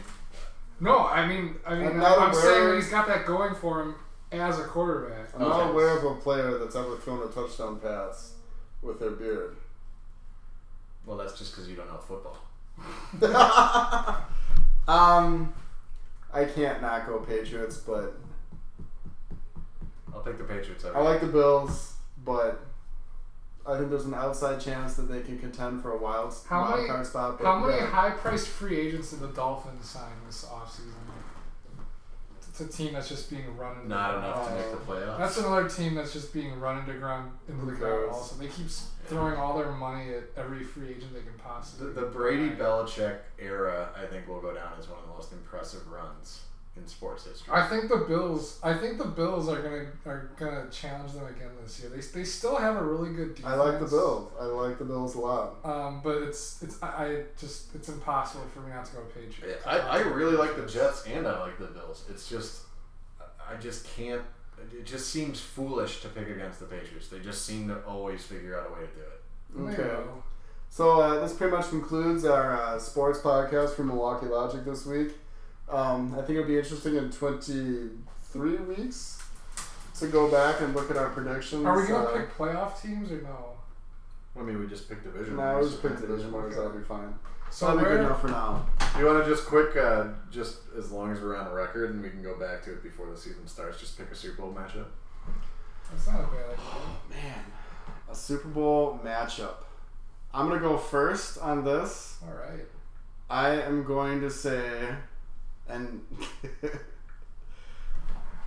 No, I mean, I mean,
I'm
I'm,
not
I'm
aware-
saying that he's got that going for him as a quarterback.
I'm not
Okay.
aware of a player that's ever thrown a touchdown pass with their beard.
well, that's just because you don't know football.
um, I can't not go Patriots, but
I'll pick the Patriots. Every
I like the Bills, but I think there's an outside chance that they can contend for a wild
How
wild
many-
card spot. But
How many
yeah.
high-priced free agents did the Dolphins sign this offseason? It's a team that's just being run into
Not
ground.
enough to make the playoffs.
That's another team that's just being run into ground into the
Who
ground.
cares?
Also, they keep s- throwing all their money at every free agent they can
the,
possibly.
the Brady
buy.
Belichick era, I think, will go down as one of the most impressive runs in sports history.
I think the Bills. I think the Bills are gonna are gonna challenge them again this year. They, they still have a really good defense.
I like the Bills. I like the Bills a lot.
Um, but it's it's I, I just it's impossible for me not to go
Yeah,
Patriots. Um,
I, I really like the Jets and I like the Bills. It's just, I just can't. It just seems foolish to pick against the Patriots. They just seem to always figure out a way to do it.
There you
Okay.
go.
So uh, this pretty much concludes our uh, sports podcast from Milwaukee Logic this week. Um, I think it'll be interesting in 23 weeks to go back and look at our predictions.
Are we gonna
uh,
pick playoff teams or no?
I mean, we just picked division.
No, we
winners.
just pick division winners. That'll be fine. So
So
That'll be good
where
enough for now.
You want to just quick, uh, just as long as we're on record and we can go back to it before the season starts, just pick a Super Bowl matchup.
that's not a bad idea.
Oh, Man, a Super Bowl matchup. I'm gonna go first on this.
All right.
I am going to say, and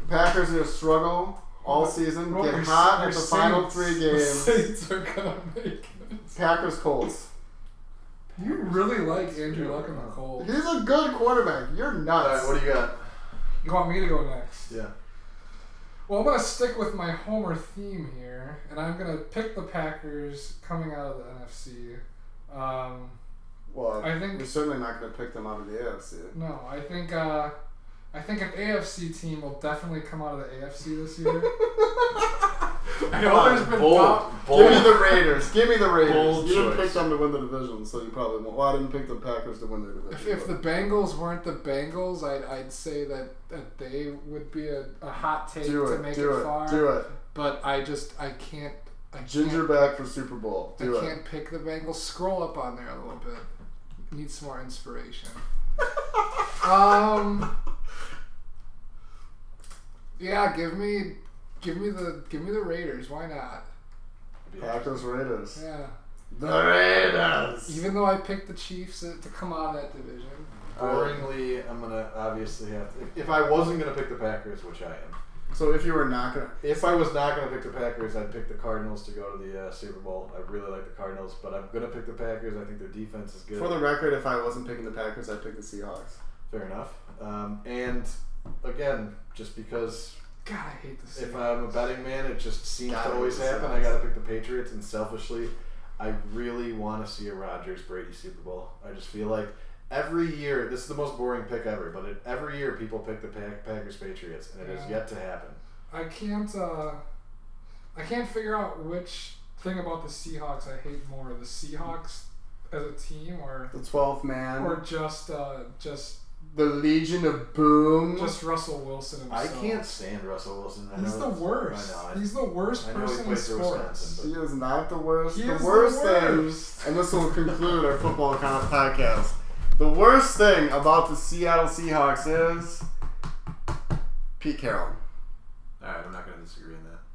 Packers are gonna struggle all season,
Well,
get
our-
hot
our
at the final
Saints-
three
the
games.
Saints are gonna make it.
Packers Colts.
You really like Andrew Luck in the cold.
He's a good quarterback. You're
All
nuts.
right, what do you got?
You want me to go next?
Yeah.
Well, I'm gonna stick with my Homer theme here, and I'm gonna pick the Packers coming out of the NFC. Um,
well,
I think-
you're certainly not going to pick them out of the AFC.
No, I think uh, I think an AFC team will definitely come out of the AFC this year. I know
Come
there's
on,
been
Bold,
talk-
Give me
bold.
the Raiders. Give me the Raiders.
Bold
you didn't
choice.
pick them to win the division, so you probably won't. Well, I didn't pick the Packers to win their
If,
division.
if the Bengals weren't the Bengals, I'd, I'd say that, that they would be a, a hot
but
take
do
to
it,
make
do it,
far.
do it.
But I just I can't I can't-
Gingerback for Super Bowl. Do
I
it.
can't pick the Bengals. Scroll up on there a little bit. Need some more inspiration. um. Yeah, give me, give me the, give me the Raiders. Why not?
It'd be
Packers Raiders.
Yeah.
The Raiders.
Even though I picked the Chiefs uh, to to come out of that division.
Boringly, I'm gonna obviously have to. If, if I wasn't gonna pick the Packers, which I am,
So if you were not gonna,
if I was not gonna pick the Packers, I'd pick the Cardinals to go to the uh, Super Bowl. I really like the Cardinals, but I'm gonna pick the Packers. I think their defense is good.
for the record, if I wasn't picking the Packers, I'd pick the Seahawks.
Fair enough. Um, and again, just because
God, I hate this.
if I'm a betting man, it just seems
Gotta
to always
pick the
happen.
Seahawks.
I gotta pick the Patriots, and selfishly, I really want to see a Rodgers Brady Super Bowl. I just feel like every year, this is the most boring pick ever, but it, every year people pick the Pack, Packers Patriots, and it has
Yeah.
yet to happen.
I can't. uh I can't figure out which thing about the Seahawks I hate more: the Seahawks as a team, or
The 12th man.
or just uh just
the Legion of Boom.
just Russell Wilson
I
himself.
can't stand Russell Wilson. I
He's
know
the
it's-
worst.
I know. I-
He's the worst
I know he
person in
plays for
sports.
Wisconsin,
he is not the worst.
He
the
is
worst
the
thing.
worst.
And this will conclude our football kind of podcast. The worst thing about the Seattle Seahawks is Pete Carroll.
All right, I'm not gonna disagree on that.